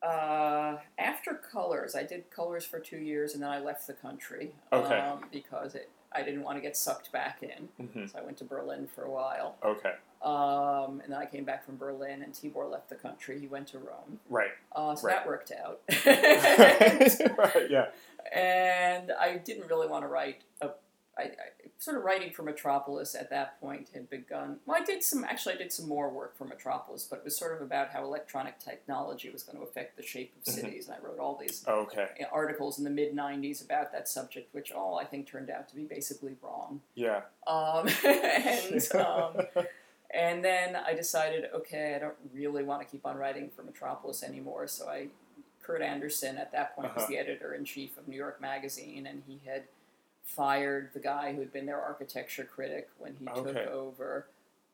Uh, after Colors, I did Colors for two years, and then I left the country
Okay.
um, because it, I didn't want to get sucked back in.
hmm
So I went to Berlin for a while,
Okay.
um, and then I came back from Berlin, and Tibor left the country. He went to Rome, [laughs]
Right. [laughs]
uh, so
Right.
that worked
[laughs]
out. [laughs]
right. Yeah.
and I didn't really want to write a. I, I, sort of writing for Metropolis at that point had begun. Well, I did some actually, I did some more work for Metropolis, but it was sort of about how electronic technology was going to affect the shape of
Mhm.
cities, and I wrote all these
Okay.
you know, articles in the mid '90s about that subject, which all I think turned out to be basically wrong.
Yeah.
Um, [laughs]
[laughs]
and um, and then I decided, okay, I don't really want to keep on writing for Metropolis anymore. So I, Kurt Anderson at that point was
Uh-huh.
the editor in chief of New York Magazine, and he had fired the guy who had been their architecture critic when he
Okay.
took over.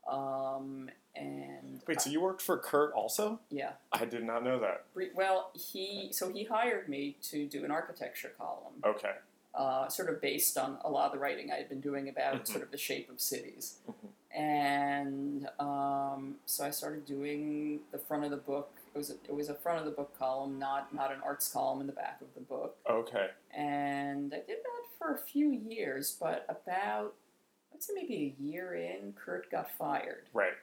Um, and
Wait. So you worked for Kurt also?
yeah,
I did not know that.
Re- well, he so he hired me to do an architecture column,
Okay.
uh, sort of based on a lot of the writing I had been doing about
Mhm.
sort of the shape of cities.
Mhm.
And um, so I started doing the front of the book. It was a, it was a front of the book column, not not an arts column in the back of the book.
Okay.
And I did that for a few years, but about I'd say maybe a year in, Kurt got fired.
Right.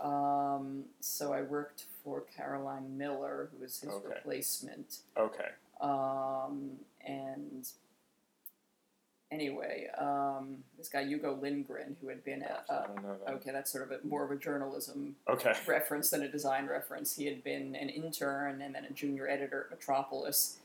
Um, so I worked for Caroline Miller, who was his
Okay.
replacement.
Okay.
Um, and anyway, um, this guy Hugo Lindgren, who had been a,
I
a
don't know that.
okay, that's sort of a, more of a journalism
Okay. [laughs]
reference than a design reference. He had been an intern and then a junior editor at Metropolis.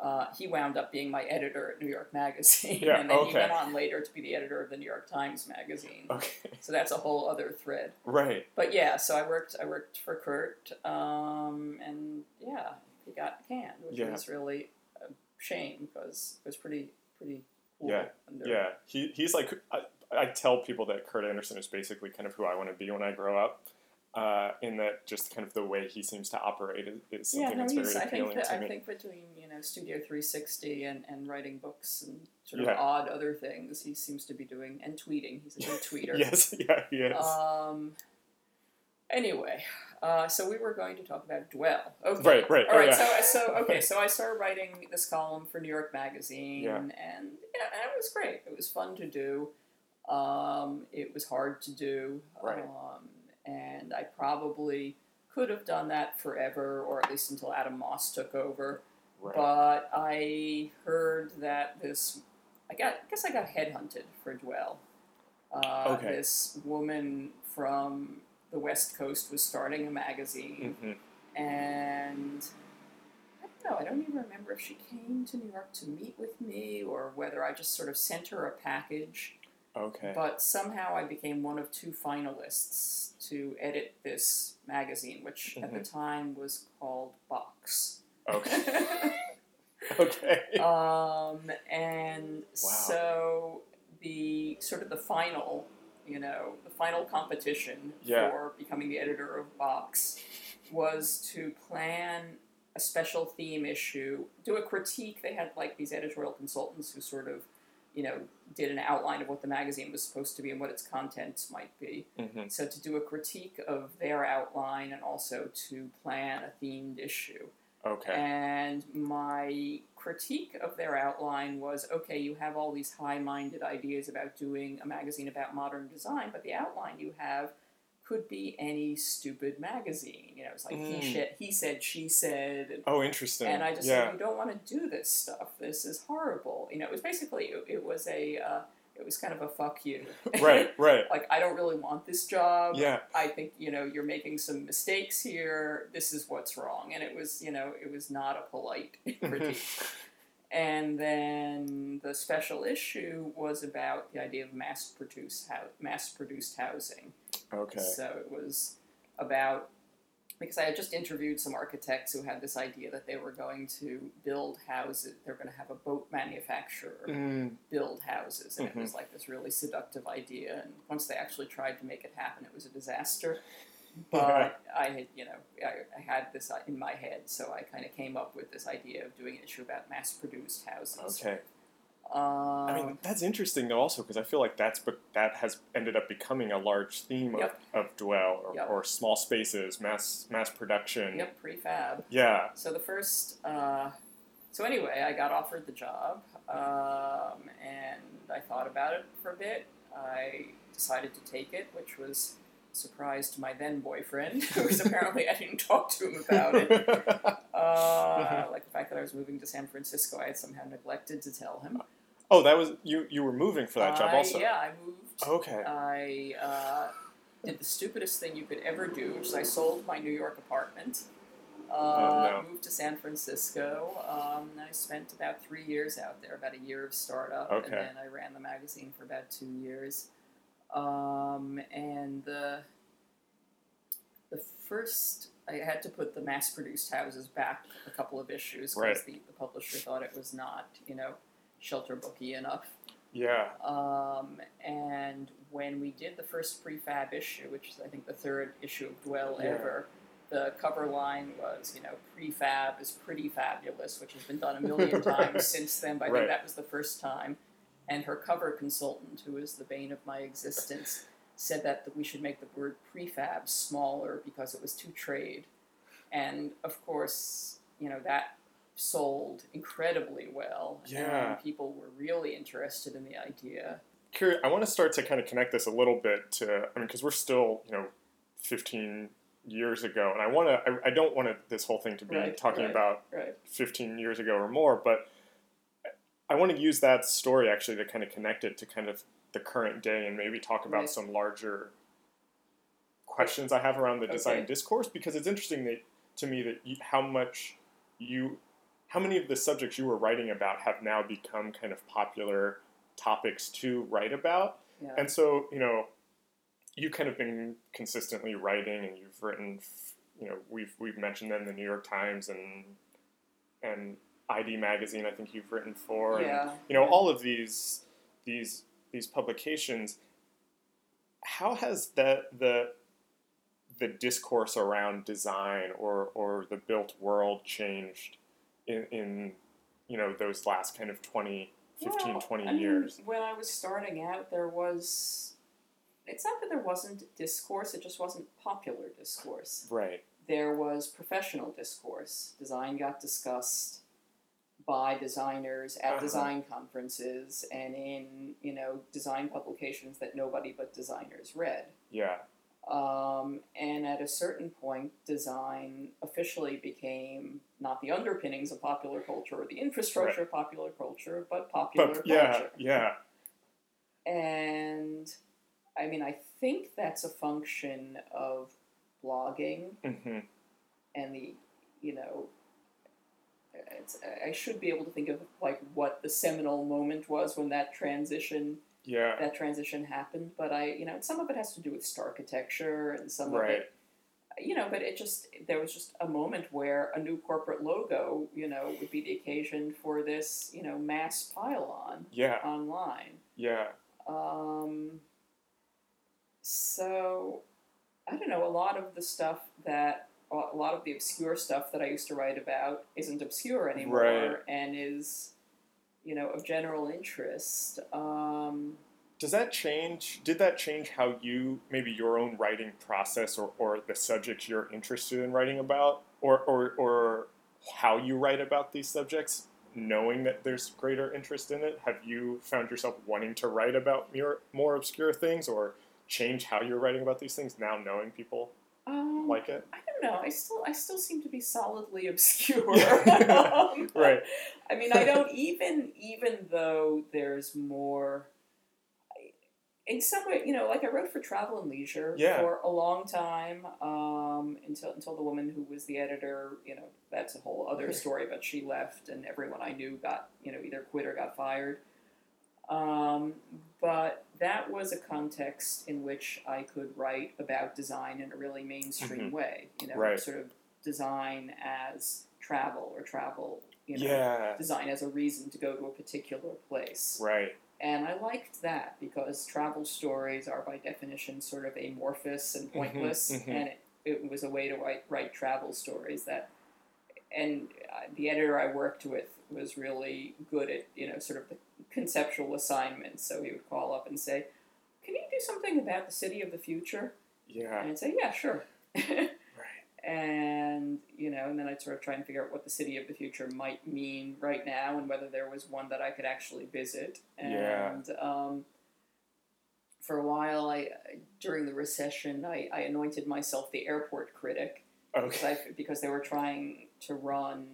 Uh, he wound up being my editor at New York Magazine, [laughs]
Yeah,
and then he
okay. Oh.
went on later to be the editor of the New York Times Magazine.
Okay.
So that's a whole other thread.
Right.
But yeah, so I worked I worked for Kurt, um, and yeah, he got canned, which
Yeah.
was really a shame because it was pretty pretty cool.
Yeah,
under-
Yeah. He he's like I, I tell people that Kurt Anderson is basically kind of who I want to be when I grow up. Uh, in that just kind of the way he seems to operate is, is
Yeah,
something
no,
that's
he's,
very
I think
appealing
that
to [laughs]
I
me.
think between you know Studio 360 and, and writing books and sort of
Yeah.
odd other things, he seems to be doing and tweeting. He's
[laughs]
a good tweeter.
yes. Yeah. He is.
Um. Anyway, uh, so we were going to talk about dwell. Okay.
right. Right.
All right,
oh, yeah. [laughs]
so so okay, so I started writing this column for New York Magazine,
Yeah.
and yeah, and it was great. It was fun to do. Um, it was hard to do,
Right.
um, and I probably could have done that forever, or at least until Adam Moss took over.
right.
But I heard that this, I got, I guess I got headhunted for Dwell. Uh,
Okay.
This woman from the West Coast was starting a magazine
Mhm.
and I don't know. I don't even remember if she came to New York to meet with me or whether I just sort of sent her a package.
Okay.
But somehow I became one of two finalists to edit this magazine, which at
Mm-hmm.
the time was called Box. [laughs]
Okay. Okay.
um, and
Wow.
so the sort of the final, you know, the final competition
Yeah.
for becoming the editor of Vox was to plan a special theme issue, do a critique. They had like these editorial consultants who sort of, you you know, did an outline of what the magazine was supposed to be and what its contents might be.
Mm-hmm.
So to do a critique of their outline and also to plan a themed issue.
Okay.
And my critique of their outline was okay, you have all these high minded ideas about doing a magazine about modern design, but the outline you have could be any stupid magazine. You know, it's like
Mm.
he, said, he said, she said. And,
Oh, interesting.
and I just
yeah.
[laughs] said, you don't want to do this stuff. This is horrible. You know, it was basically, it, it was a, uh, it was kind of a fuck you.
right, right.
like, I don't really want this job.
Yeah.
I think you know you're making some mistakes here. This is what's wrong, and it was you know it was not
[laughs]
a polite [laughs] critique. and then the special issue was about the idea of mass produce hou- mass produced housing.
okay.
So it was about because I had just interviewed some architects who had this idea that they were going to build houses. They're going to have a boat manufacturer
Mm,
build houses, and
Mhm.
it was like this really seductive idea. And once they actually tried to make it happen, it was a disaster.
[laughs]
But I had, you know, I, I had this uh, in my head, so I kind of came up with this idea of doing an issue about mass-produced houses.
okay.
Um,
I mean, that's interesting though, also because I feel like that's but that has ended up becoming a large theme of,
Yep.
of dwell or,
Yep.
or small spaces, mass mass production.
yep, prefab.
Yeah.
So the first, uh, so anyway, I got offered the job, um, and I thought about it for a bit. I decided to take it, which was a surprise to my then boyfriend,
[laughs]
because apparently I didn't talk to him about it.
[laughs]
Uh, like the fact that I was moving to San Francisco, I had somehow neglected to tell him.
oh, that was you. You were moving for that job
I-
also.
Yeah, I moved.
Okay.
I uh, did the stupidest thing you could ever do, which is I sold my New York apartment, uh,
Oh,
moved to San Francisco. Um, and I spent about three years out there, about a year of startup,
Okay.
and then I ran the magazine for about two years. Um, and the the first, I had to put the mass-produced houses back a couple of issues because
Right.
the, the publisher thought it was not, you know, shelter booky enough.
yeah.
Um, and when we did the first prefab issue, which is I think the third issue of Dwell
Yeah.
ever, the cover line was, you know, prefab is pretty fabulous, which has been done
[laughs]
a million times since then, but I
Right.
think that was the first time. And her cover consultant, who is the bane of my existence, said that we should make the word prefab smaller because it was too trade. And of course, you know, that sold incredibly well.
Yeah.
And people were really interested in the idea.
Curious. I want to start to kind of connect this a little bit to. I mean, because we're still you know, fifteen years ago, and I want to. I, I don't want this whole thing to be
Right,
talking
right.
about
Right.
15 years ago or more, but I want to use that story actually to kind of connect it to kind of the current day and maybe talk about
Right.
some larger questions I have around the design
Okay.
discourse because it's interesting that to me that you, how much you how many of the subjects you were writing about have now become kind of popular topics to write about
Yeah.
and so, you know, you kind of been consistently writing, and you've written, f- you know, we've we've mentioned them, the New York Times and and ID Magazine. I think you've written for, and,
yeah.
you know, all of these these these publications. How has the the the discourse around design or or the built world changed in, in you know those last kind of 20 15
Well,
20
I mean,
years
when I was starting out, there was. It's not that there wasn't discourse, it just wasn't popular discourse.
right
There was professional discourse. Design got discussed by designers at
Uh-huh.
design conferences and in, you know, design publications that nobody but designers read.
yeah
Um, and at a certain point, design officially became not the underpinnings of popular culture or the infrastructure of popular culture, but popular
but yeah
culture.
yeah
And I mean, I think that's a function of blogging
hmm
and the, you know, it's, I should be able to think of like what the seminal moment was when that transition
Yeah.
that transition happened. But I, you know, some of it has to do with star architecture and some of
Right.
it you know, but it just there was just a moment where a new corporate logo, you know, would be the occasion for this, you know, mass pile
Yeah.
on online.
Yeah.
Um, so I don't know. A lot of the stuff that a lot of the obscure stuff that I used to write about isn't obscure anymore,
Right.
and is you know, of general interest. Um,
Does that change? Did that change how you maybe your own writing process or, or the subjects you're interested in writing about, or, or or how you write about these subjects? Knowing that there's greater interest in it, have you found yourself wanting to write about more, more obscure things, or change how you're writing about these things now knowing people
um,
like it?
I don't know. I still I still seem to be solidly [laughs] obscure.
Yeah. [laughs]
Um,
Right.
I mean, I don't even even though there's more. I- In some way, you know, like I wrote for Travel and Leisure
Yeah.
for a long time um, until until the woman who was the editor, you know, that's a whole other story. But she left, and everyone I knew got, you know, either quit or got fired. Um, but that was a context in which I could write about design in a really mainstream way. You know,
Mm-hmm. Right.
sort of design as travel or travel, you know,
Yeah.
design as a reason to go to a particular place.
Right.
And I liked that because travel stories are by definition sort of amorphous and pointless,
mhm.
and it, it was a way to write, write travel stories that. And uh, the editor I worked with was really good at you know sort of the conceptual assignments. So he would call up and say, "Can you do something about the city of the future?"
Yeah.
And I'd say, "Yeah, sure." [laughs]
Right.
and you know, and then I'd sort of try and figure out what the city of the future might mean right now, and whether there was one that I could actually visit.
Yeah.
And um, for a while, I during the recession, I, I anointed myself the airport critic because
Okay.
I, because they were trying to run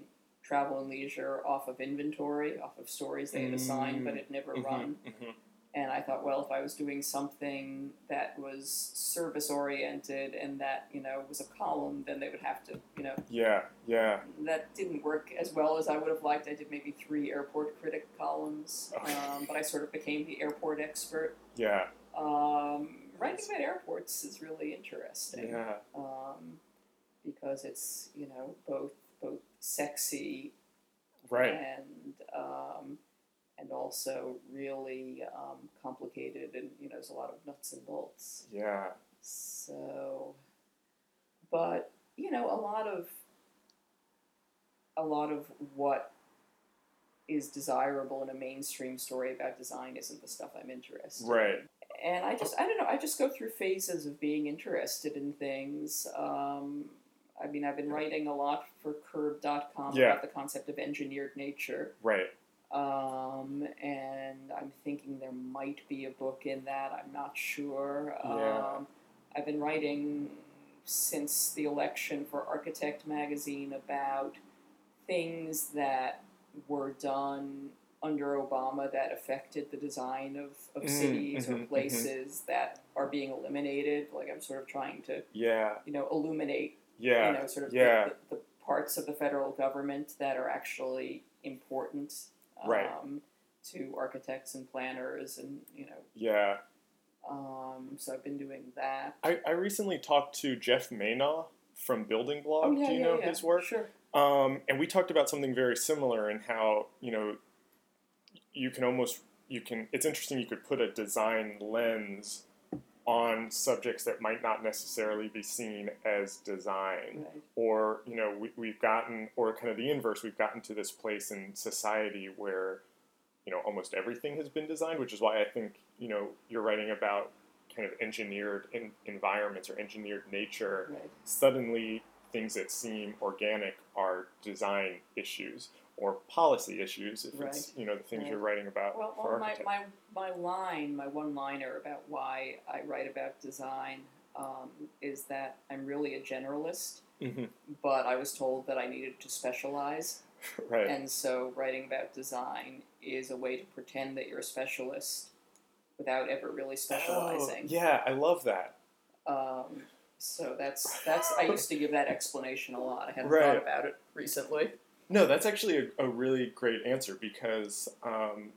travel and leisure off of inventory, off of stories they had assigned,
Mm.
but it never run.
Mhm, mhm.
And I thought, well, if I was doing something that was service oriented and that, you know, was a column, then they would have to, you know,
Yeah. Yeah.
that didn't work as well as I would have liked. I did maybe three airport critic columns,
Okay.
um, but I sort of became the airport expert.
Yeah.
Um, writing about airports is really interesting
Yeah.
um, because it's, you know, both both sexy
Right.
and um, and also really um, complicated, and you know, there's a lot of nuts and bolts.
Yeah.
So, but you know, a lot of a lot of what is desirable in a mainstream story about design isn't the stuff I'm interested in
Right.
and I just I don't know I just go through phases of being interested in things. Um, I mean I've been writing a lot for Curb.com
Yeah.
about the concept of engineered nature,
Right.
um, and I'm thinking there might be a book in that. I'm not sure.
Yeah.
Um, I've been writing since the election for Architect magazine about things that were done under Obama that affected the design of, of
Mm,
cities
mhm,
or
mhm.
places that are being eliminated. Like I'm sort of trying to,
Yeah.
you know, illuminate,
Yeah.
you know, sort of the-
yeah.
the, the, parts of the federal government that are actually important um,
Right.
to architects and planners and, you know,
Yeah.
um, so I've been doing that.
I, I recently talked to Jeff Maynaw from Building Blog.
Oh, yeah,
Oh, Do you
yeah,
know
yeah.
his work?
Sure.
Um, and we talked about something very similar in how, you know, you can almost, you can, it's interesting you could put a design lens on subjects that might not necessarily be seen as design.
Right.
or you know we, we've gotten or kind of the inverse we've gotten to this place in society where you know almost everything has been designed which is why i think you know you're writing about kind of engineered in, environments or engineered nature
Right.
suddenly things that seem organic are design issues or policy issues if it's you know the things
Right.
you're writing about
Well,
for
well my,
architects.
my, my line, my one liner about why I write about design um, is that I'm really a generalist,
Mhm.
but I was told that I needed to specialize.
right Oh,
And so writing about design is a way to pretend that you're a specialist without ever really
Oh,
specializing.
yeah i love that
Um, so that's that's I used to give that explanation a lot. I hadn't
Right.
thought about it recently.
No, that's actually a, a really great answer because um,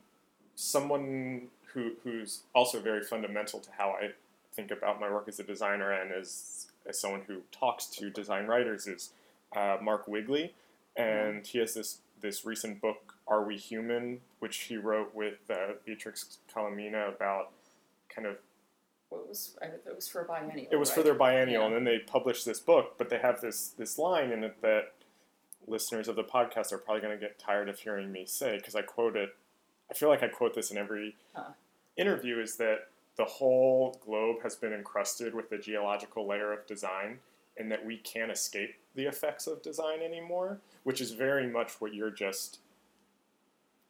someone who who's also very fundamental to how I think about my work as a designer and as as someone who talks to design writers is uh, Mark Wigley, and he has this this recent book "Are We Human," which he wrote with uh, Beatrix Colomina about kind of
What was I, it was for a biennial?
it was for
right?
their biennial,
Yeah.
and then they published this book. But they have this this line in it that listeners of the podcast are probably going to get tired of hearing me say because I quote it I feel like I quote this in every
Huh.
interview is that the whole globe has been encrusted with the geological layer of design and that we can't escape the effects of design anymore, which is very much what you're just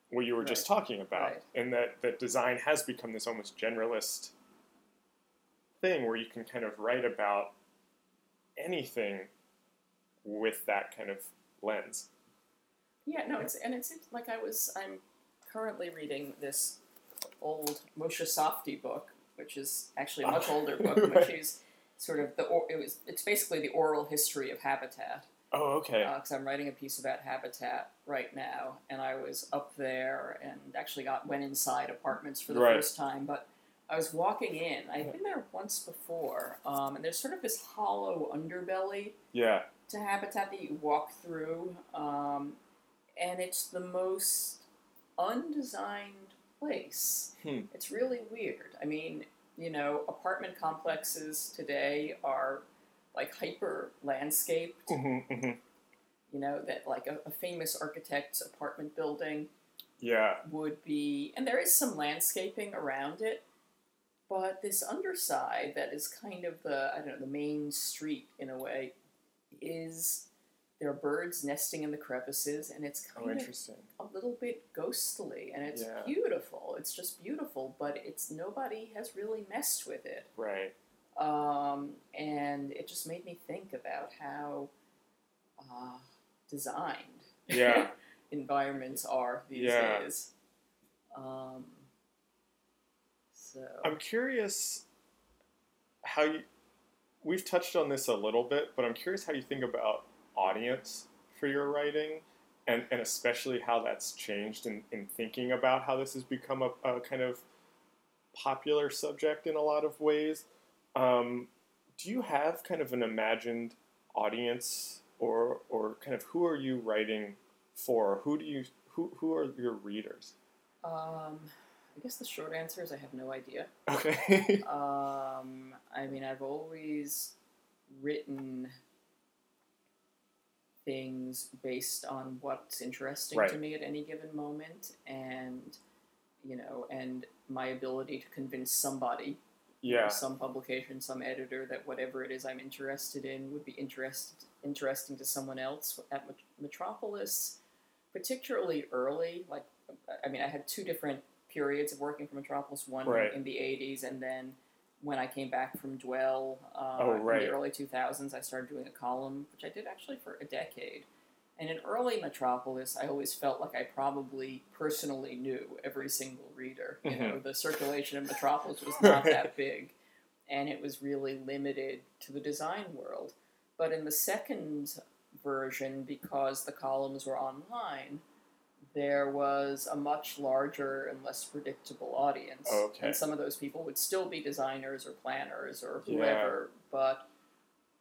what you were just talking about.
Right.
And that, that design has become this almost generalist thing where you can kind of write about anything with that kind of lens.
Yeah, no, it's and it's it's like I was. I'm currently reading this old Moshe Safdie book, which is actually
[laughs]
a much older book, which
Right.
is sort of the or, it was it's basically the oral history of habitat.
Oh, okay.
Because Uh, I'm writing a piece about habitat right now, and I was up there and actually got went inside apartments for the
Right.
first time, but. I was walking in. I'd been there once before, um, and there's sort of this hollow underbelly
yeah.
to habitat that you walk through, um, and it's the most undesigned place.
Hmm.
It's really weird. I mean, you know, apartment complexes today are like hyper landscaped.
Mm-hmm, mm-hmm.
You know that like a, a famous architect's apartment building
Yeah.
would be, and there is some landscaping around it, but this underside that is kind of the I don't know the main street in a way is there are birds nesting in the crevices, and it's
Oh,
kind of
interesting.
a little bit ghostly, and it's
Yeah.
beautiful. It's just beautiful, but it's nobody has really messed with it
Right.
um, and it just made me think about how uh, designed [laughs]
Yeah.
environments are these
Yeah.
days. Um, so
I'm curious how you. We've touched on this a little bit, but I'm curious how you think about audience for your writing, and, and especially how that's changed in, in thinking about how this has become a, a kind of popular subject in a lot of ways. Um, do you have kind of an imagined audience, or or kind of who are you writing for? Who do you who who are your readers? [laughs]
um, I guess the short answer is I have no idea.
Okay.
Um, I mean, I've always written things based on what's interesting to
Right.
me at any given moment, and you know, and my ability to convince somebody, you know,
yeah.
some publication, some editor, that whatever it is I'm interested in would be interest interesting to someone else at Met- Metropolis, particularly early. Like, I mean, I had two different periods of working for Metropolis. One
Right.
in the '80s, and then when I came back from Dwell uh,
Oh,
in
right.
the early 2000s, I started doing a column, which I did actually for a decade. And in early Metropolis, I always felt like I probably personally knew every single reader.
Mm-hmm.
You know, the circulation in Metropolis was not that big, and it was really limited to the design world. But in the second version, because the columns were online, there was a much larger and less predictable audience.
Okay.
And some of those people would still be designers or planners or
Yeah.
whoever. But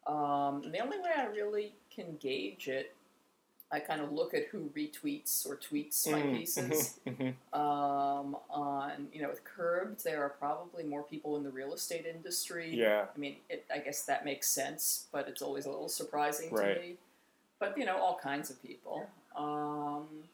um, the only way I really can gauge it, I kind of look at who retweets or tweets my
Mm,
pieces
mhm, mhm.
um, on you know with curbed there are probably more people in the real estate industry
Yeah.
i mean it, i guess that makes sense but it's always a little surprising
Right.
to me but you know all kinds of people um,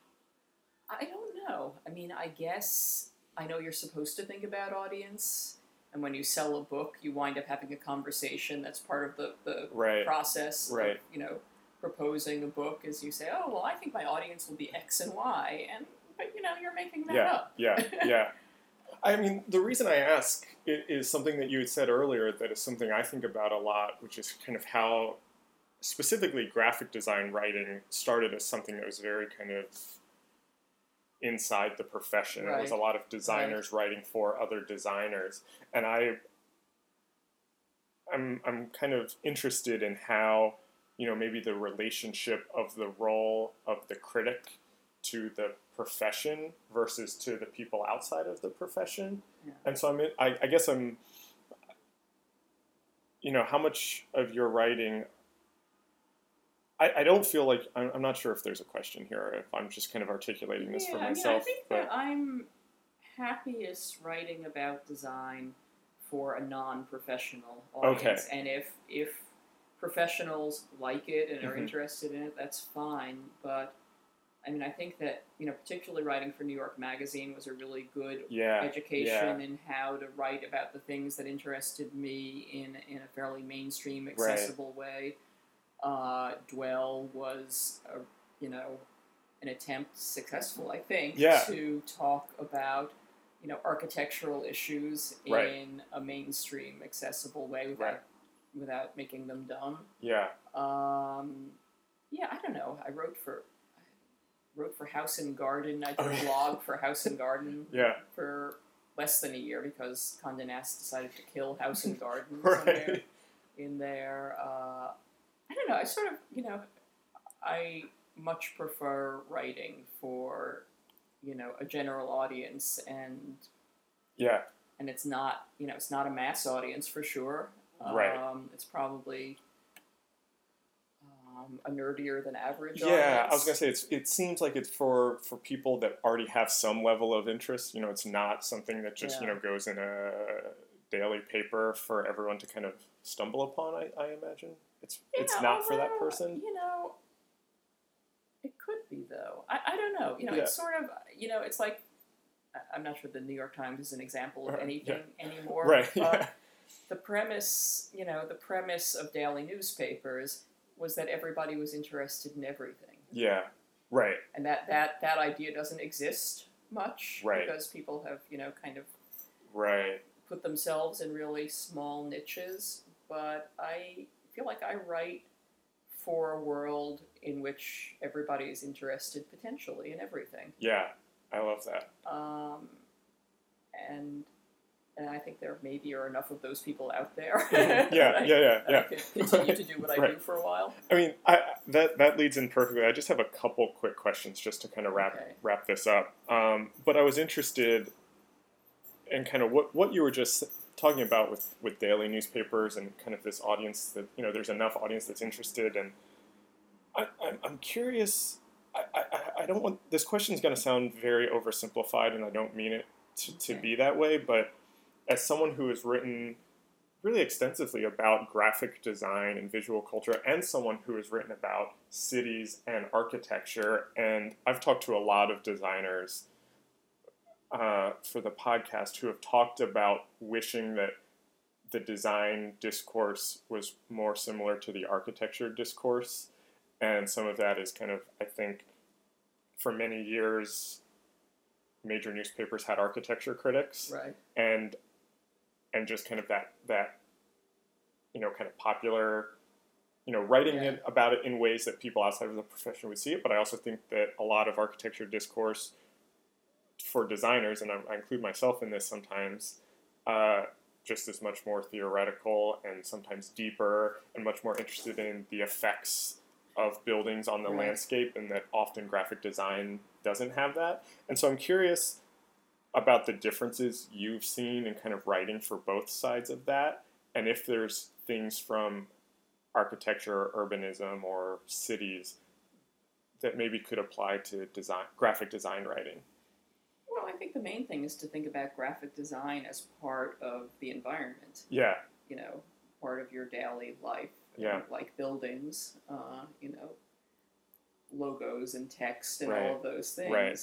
i don't know i mean i guess i know you're supposed to think about audience and when you sell a book you wind up having a conversation that's part of the, the
Right.
process of,
Right.
you know proposing a book is you say oh well i think my audience will be x and y and but you know you're making that
Yeah.
up
Yeah.
[laughs]
Yeah. I mean, the reason I ask i- is something that you had said earlier that is something I think about a lot, which is kind of how specifically graphic design writing started as something that was very kind of inside the profession. It was a
Right.
lot of designers writing for other designers, and I, I'm I'm kind of interested in how you know maybe the relationship of the role of the critic to the profession versus to the people outside of the profession.
Yeah.
And so I'm, in, I, I guess I'm, you know, how much of your writing. I, I don't feel like I'm, I'm not sure if there's a question here. Or if I'm just kind of articulating this for
Yeah, I mean,
myself,
I think
but
that I'm happiest writing about design for a non-professional audience, and if if professionals like it and are
Mhm.
interested in it, that's fine. But I mean, I think that you know, particularly writing for New York Magazine was a really good
Yeah.
education in how to write about the things that interested me in in a fairly mainstream, accessible way. Uh, Dwell was, a, you know, an attempt, successful, I think,
Yeah.
to talk about you know architectural issues
Right.
in a mainstream, accessible way without
Right.
without making them dumb.
Yeah.
Um, yeah, I don't know. I wrote for I wrote for House and Garden. I did a
Okay.
blog for House and Garden
Oh, [laughs] Yeah.
for less than a year because Condé Nast decided to kill
[laughs]
House and Garden somewhere
Right.
in there. Uh, I don't know. I sort of, you know, I much prefer writing for, you know, a general audience, and
Yeah.
and it's not, you know, it's not a mass audience for sure.
Right.
Um, it's probably um, a nerdier than average.
Yeah,
audience.
I was gonna say it's. It seems like it's for for people that already have some level of interest. You know, it's not something that just you
Yeah.
know goes in a daily paper for everyone to kind of stumble upon. I, I imagine it's it's
Yeah,
not for that
although,
person.
You know, it could be though. I, I don't know. You know,
Yeah.
it's sort of you know, it's like I- I'm not sure the New York Times is an example of
Right,
anything anymore.
Uh-huh. Right. [laughs] Yeah.
But the premise, you know, the premise of daily newspapers was that everybody was interested in everything,
Yeah. Right.
and that that that idea doesn't exist much
Right.
because people have you know kind of
Right.
put themselves in really small niches, but I feel like I write for a world in which everybody is interested potentially in everything.
Yeah. I love
[laughs]
that. [laughs]
Um, and, and I think there maybe are enough of those people out there.
[laughs]
[laughs]
yeah. Yeah.
that
Yeah.
I, that I
Yeah.
could continue to do what I do
Right.
for a while.
I mean, I, that that leads in perfectly. I just have a couple quick questions just to kind of wrap
Okay.
wrap this up. Um, but I was interested in kind of what, what you were just talking about with, with daily newspapers and kind of this audience that you know there's enough audience that's interested and I, I'm, I'm curious. I, I- I, I don't want this question is going to sound very oversimplified, and I don't mean it to, to
Okay.
be that way. But as someone who has written really extensively about graphic design and visual culture, and someone who has written about cities and architecture, and I've talked to a lot of designers uh, for the podcast who have talked about wishing that the design discourse was more similar to the architecture discourse. And some of that is kind of, I think, for many years, major newspapers had architecture critics
Right.
and and just kind of that that you know kind of popular you know writing
Yeah.
it, about it in ways that people outside of the profession would see it but i also think that a lot of architecture discourse for designers and i, I include myself in this sometimes uh, just as much more theoretical and sometimes deeper and much more interested in the effects of buildings on the
Right.
landscape and that often graphic design doesn't have that and so i'm curious about the differences you've seen in kind of writing for both sides of that, and if there's things from architecture, urbanism, or cities that maybe could apply to design, graphic design writing.
Well, I think the main thing is to think about graphic design as part of the environment.
Yeah,
you know, part of your daily life.
Yeah.
Like buildings, uh, you know, logos and text and all
Right.
of those things.
Right.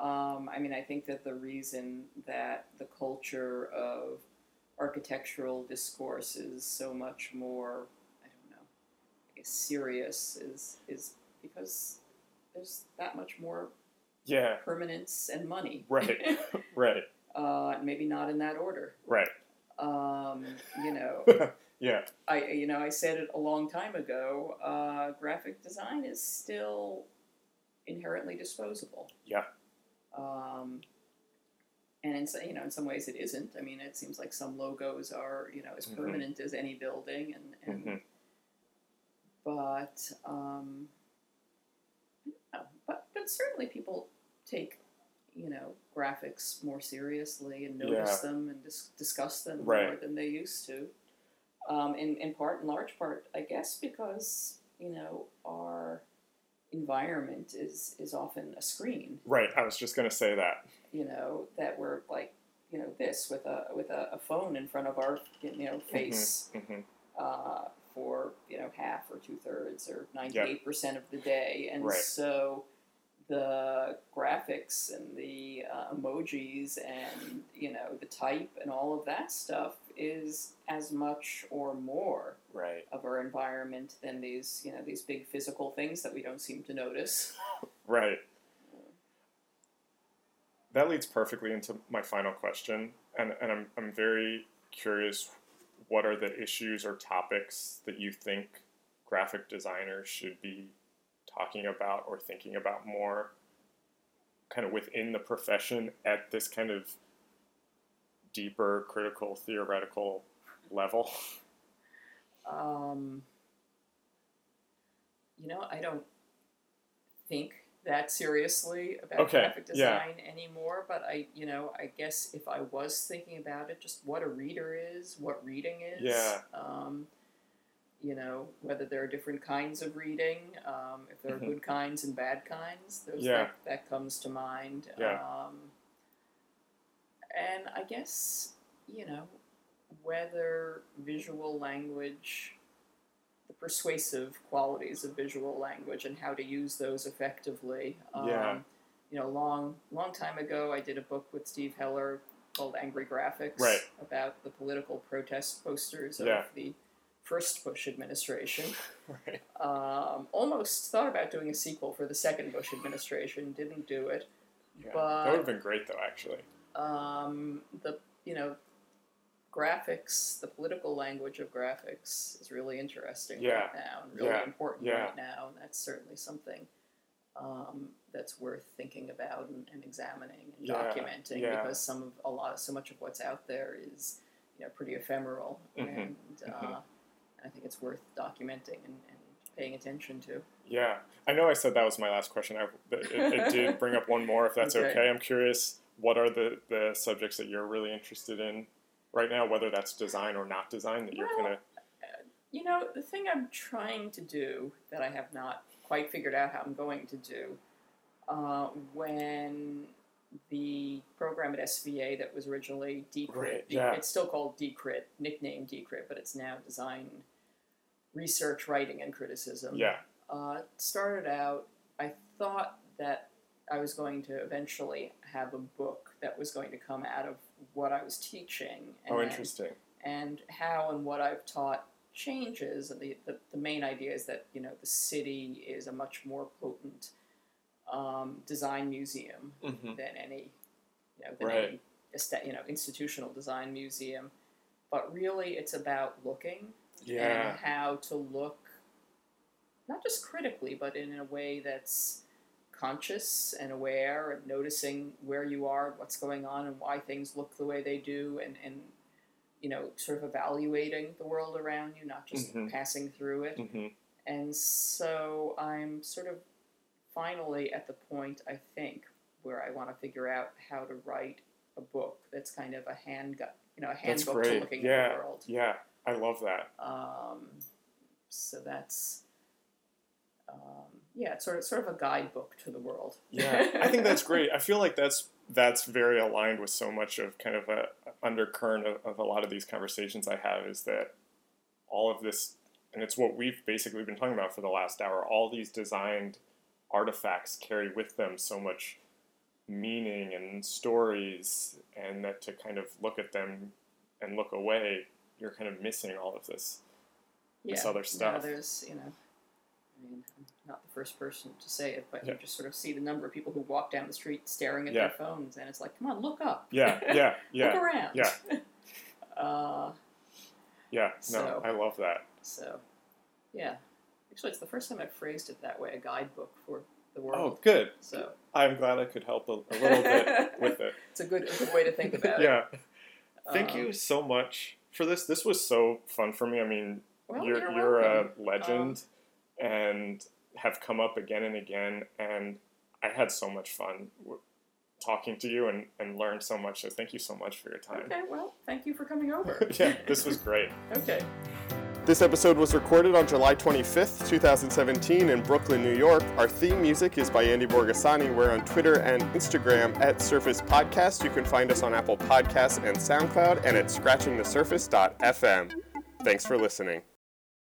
Um, I mean, I think that the reason that the culture of architectural discourse is so much more, I don't know, I guess serious is is because there's that much more
yeah,
permanence and money.
Right. right,
uh, maybe not in that order.
right,
Um, you know,
yeah,
I you know I said it a long time ago. Uh, graphic design is still inherently disposable.
Yeah.
Um, and in so- you know in some ways it isn't. I mean it seems like some logos are you know as
Mhm.
permanent as any building, and, and
Mhm.
but um, I don't know. but but certainly people take you know graphics more seriously and notice them and dis- discuss them more
Right.
than they used to. Um, in in part, in large part, I guess because you know our environment is is often a screen.
right. I was just gonna say that.
You know that we're like you know this with a with a, a phone in front of our you know face
Mhm.
uh, for you know half or two thirds or ninety eight percent of the day, and
Right.
so the graphics and the uh, emojis and you know the type and all of that stuff is as much or more
Right.
of our environment than these you know these big physical things that we don't seem to notice.
Right. That leads perfectly into my final question, and, and I'm, I'm very curious what are the issues or topics that you think graphic designers should be talking about or thinking about more kind of within the profession at this kind of deeper critical theoretical level? [laughs]
Um, you know, I don't think that seriously about
Okay,
graphic
yeah.
design anymore, but I, you know, I guess if I was thinking about it, just what a reader is, what reading is.
Yeah.
Um, you know, whether there are different kinds of reading, um, if there are
Mhm.
good kinds and bad kinds, those
Yeah.
that, that comes to mind.
Yeah.
Um, and I guess, you know, whether visual language, the persuasive qualities of visual language, and how to use those effectively. Um,
Yeah.
You know, long long time ago, I did a book with Steve Heller called "Angry Graphics"
Right.
about the political protest posters of
Yeah.
the first Bush administration.
right.
Um, almost thought about doing a sequel for the second Bush administration, didn't do it.
Yeah. that
But-
would have been great, though, actually.
um, the you know graphics the political language of graphics is really interesting
Yeah.
right now and really
Yeah.
important
Yeah.
right now and that's certainly something um, that's worth thinking about and, and examining and
Yeah.
documenting
Yeah.
because some of a lot so much of what's out there is you know pretty ephemeral
Mhm.
and uh,
Mhm.
I think it's worth documenting and, and paying attention to
Yeah, I know. I said that was my last question. I, it,
[laughs]
it did bring up one more, if that's okay.
Okay.
I'm curious. What are the, the subjects that you're really interested in right now? Whether that's design or not design, that you're
Well,
gonna
You know, the thing I'm trying to do that I have not quite figured out how I'm going to do, uh, when the program at SVA that was originally Decrit,
Right, yeah.
it's still called Decrit, nickname Decrit, but it's now Design Research, Writing, and Criticism.
yeah
Uh, it started out, I thought that I was going to eventually have a book that was going to come out of what I was teaching. And
oh
then-
interesting
and how and what I've taught changes. And the, the, the main idea is that, you know, the city is a much more potent um, design museum
mm-hmm.
than any, you know, than
Right.
any esta- you know, institutional design museum. But really, it's about looking
yeah
and how to look not just critically, but in a way that's conscious and aware and noticing where you are, what's going on, and why things look the way they do, and, and you know, sort of evaluating the world around you, not just
Mhm.
passing through it.
mm-hmm.
And so I'm sort of finally at the point, I think, where I want to figure out how to write a book that's kind of a handgu you know, a
That's
handbook to
great.
looking at
Yeah.
the world.
yeah I love that
Um, so that's um, yeah, it's sort of sort of a guidebook to the world.
yeah
[laughs]
I think that's great I feel like that's that's very aligned with so much of kind of a undercurrent of, of a lot of these conversations I have is that all of this and it's what we've basically been talking about for the last hour all these designed artifacts carry with them so much meaning and stories and that to kind of look at them and look away you're kind of missing all of this
yeah.
this other stuff
No, there's you know, I mean, I'm not the first person to say it, but
Yeah.
you just sort of see the number of people who walk down the street staring at
Yeah.
their phones, and it's like, come on, look up.
yeah yeah
Look
yeah
around.
yeah.
[laughs] uh,
yeah no
So-
i love that
so, yeah. Actually, it's the first time I phrased it that way—a guidebook for the
oh
world.
good
So
i'm glad i could help a, a little bit with it
it's a good, a good way to think about
[laughs]
it.
yeah Thank
Um,
you so much for this. This was so fun for me. I mean,
Well,
you're,
you're,
you're, uh,
welcome. Um,
a legend and have come up again and again. And I had so much fun w- talking to you and, and learned so much. So thank you so much for your time.
Okay, well, thank you for coming over.
[laughs] yeah, this was great.
okay.
This episode was recorded on July 25th, 2017, in Brooklyn, New York. Our theme music is by Andy Borgasani. We're on Twitter and Instagram at Surface Podcast. You can find us on Apple Podcasts and SoundCloud and at scratchingthesurface.fm. Thanks for listening.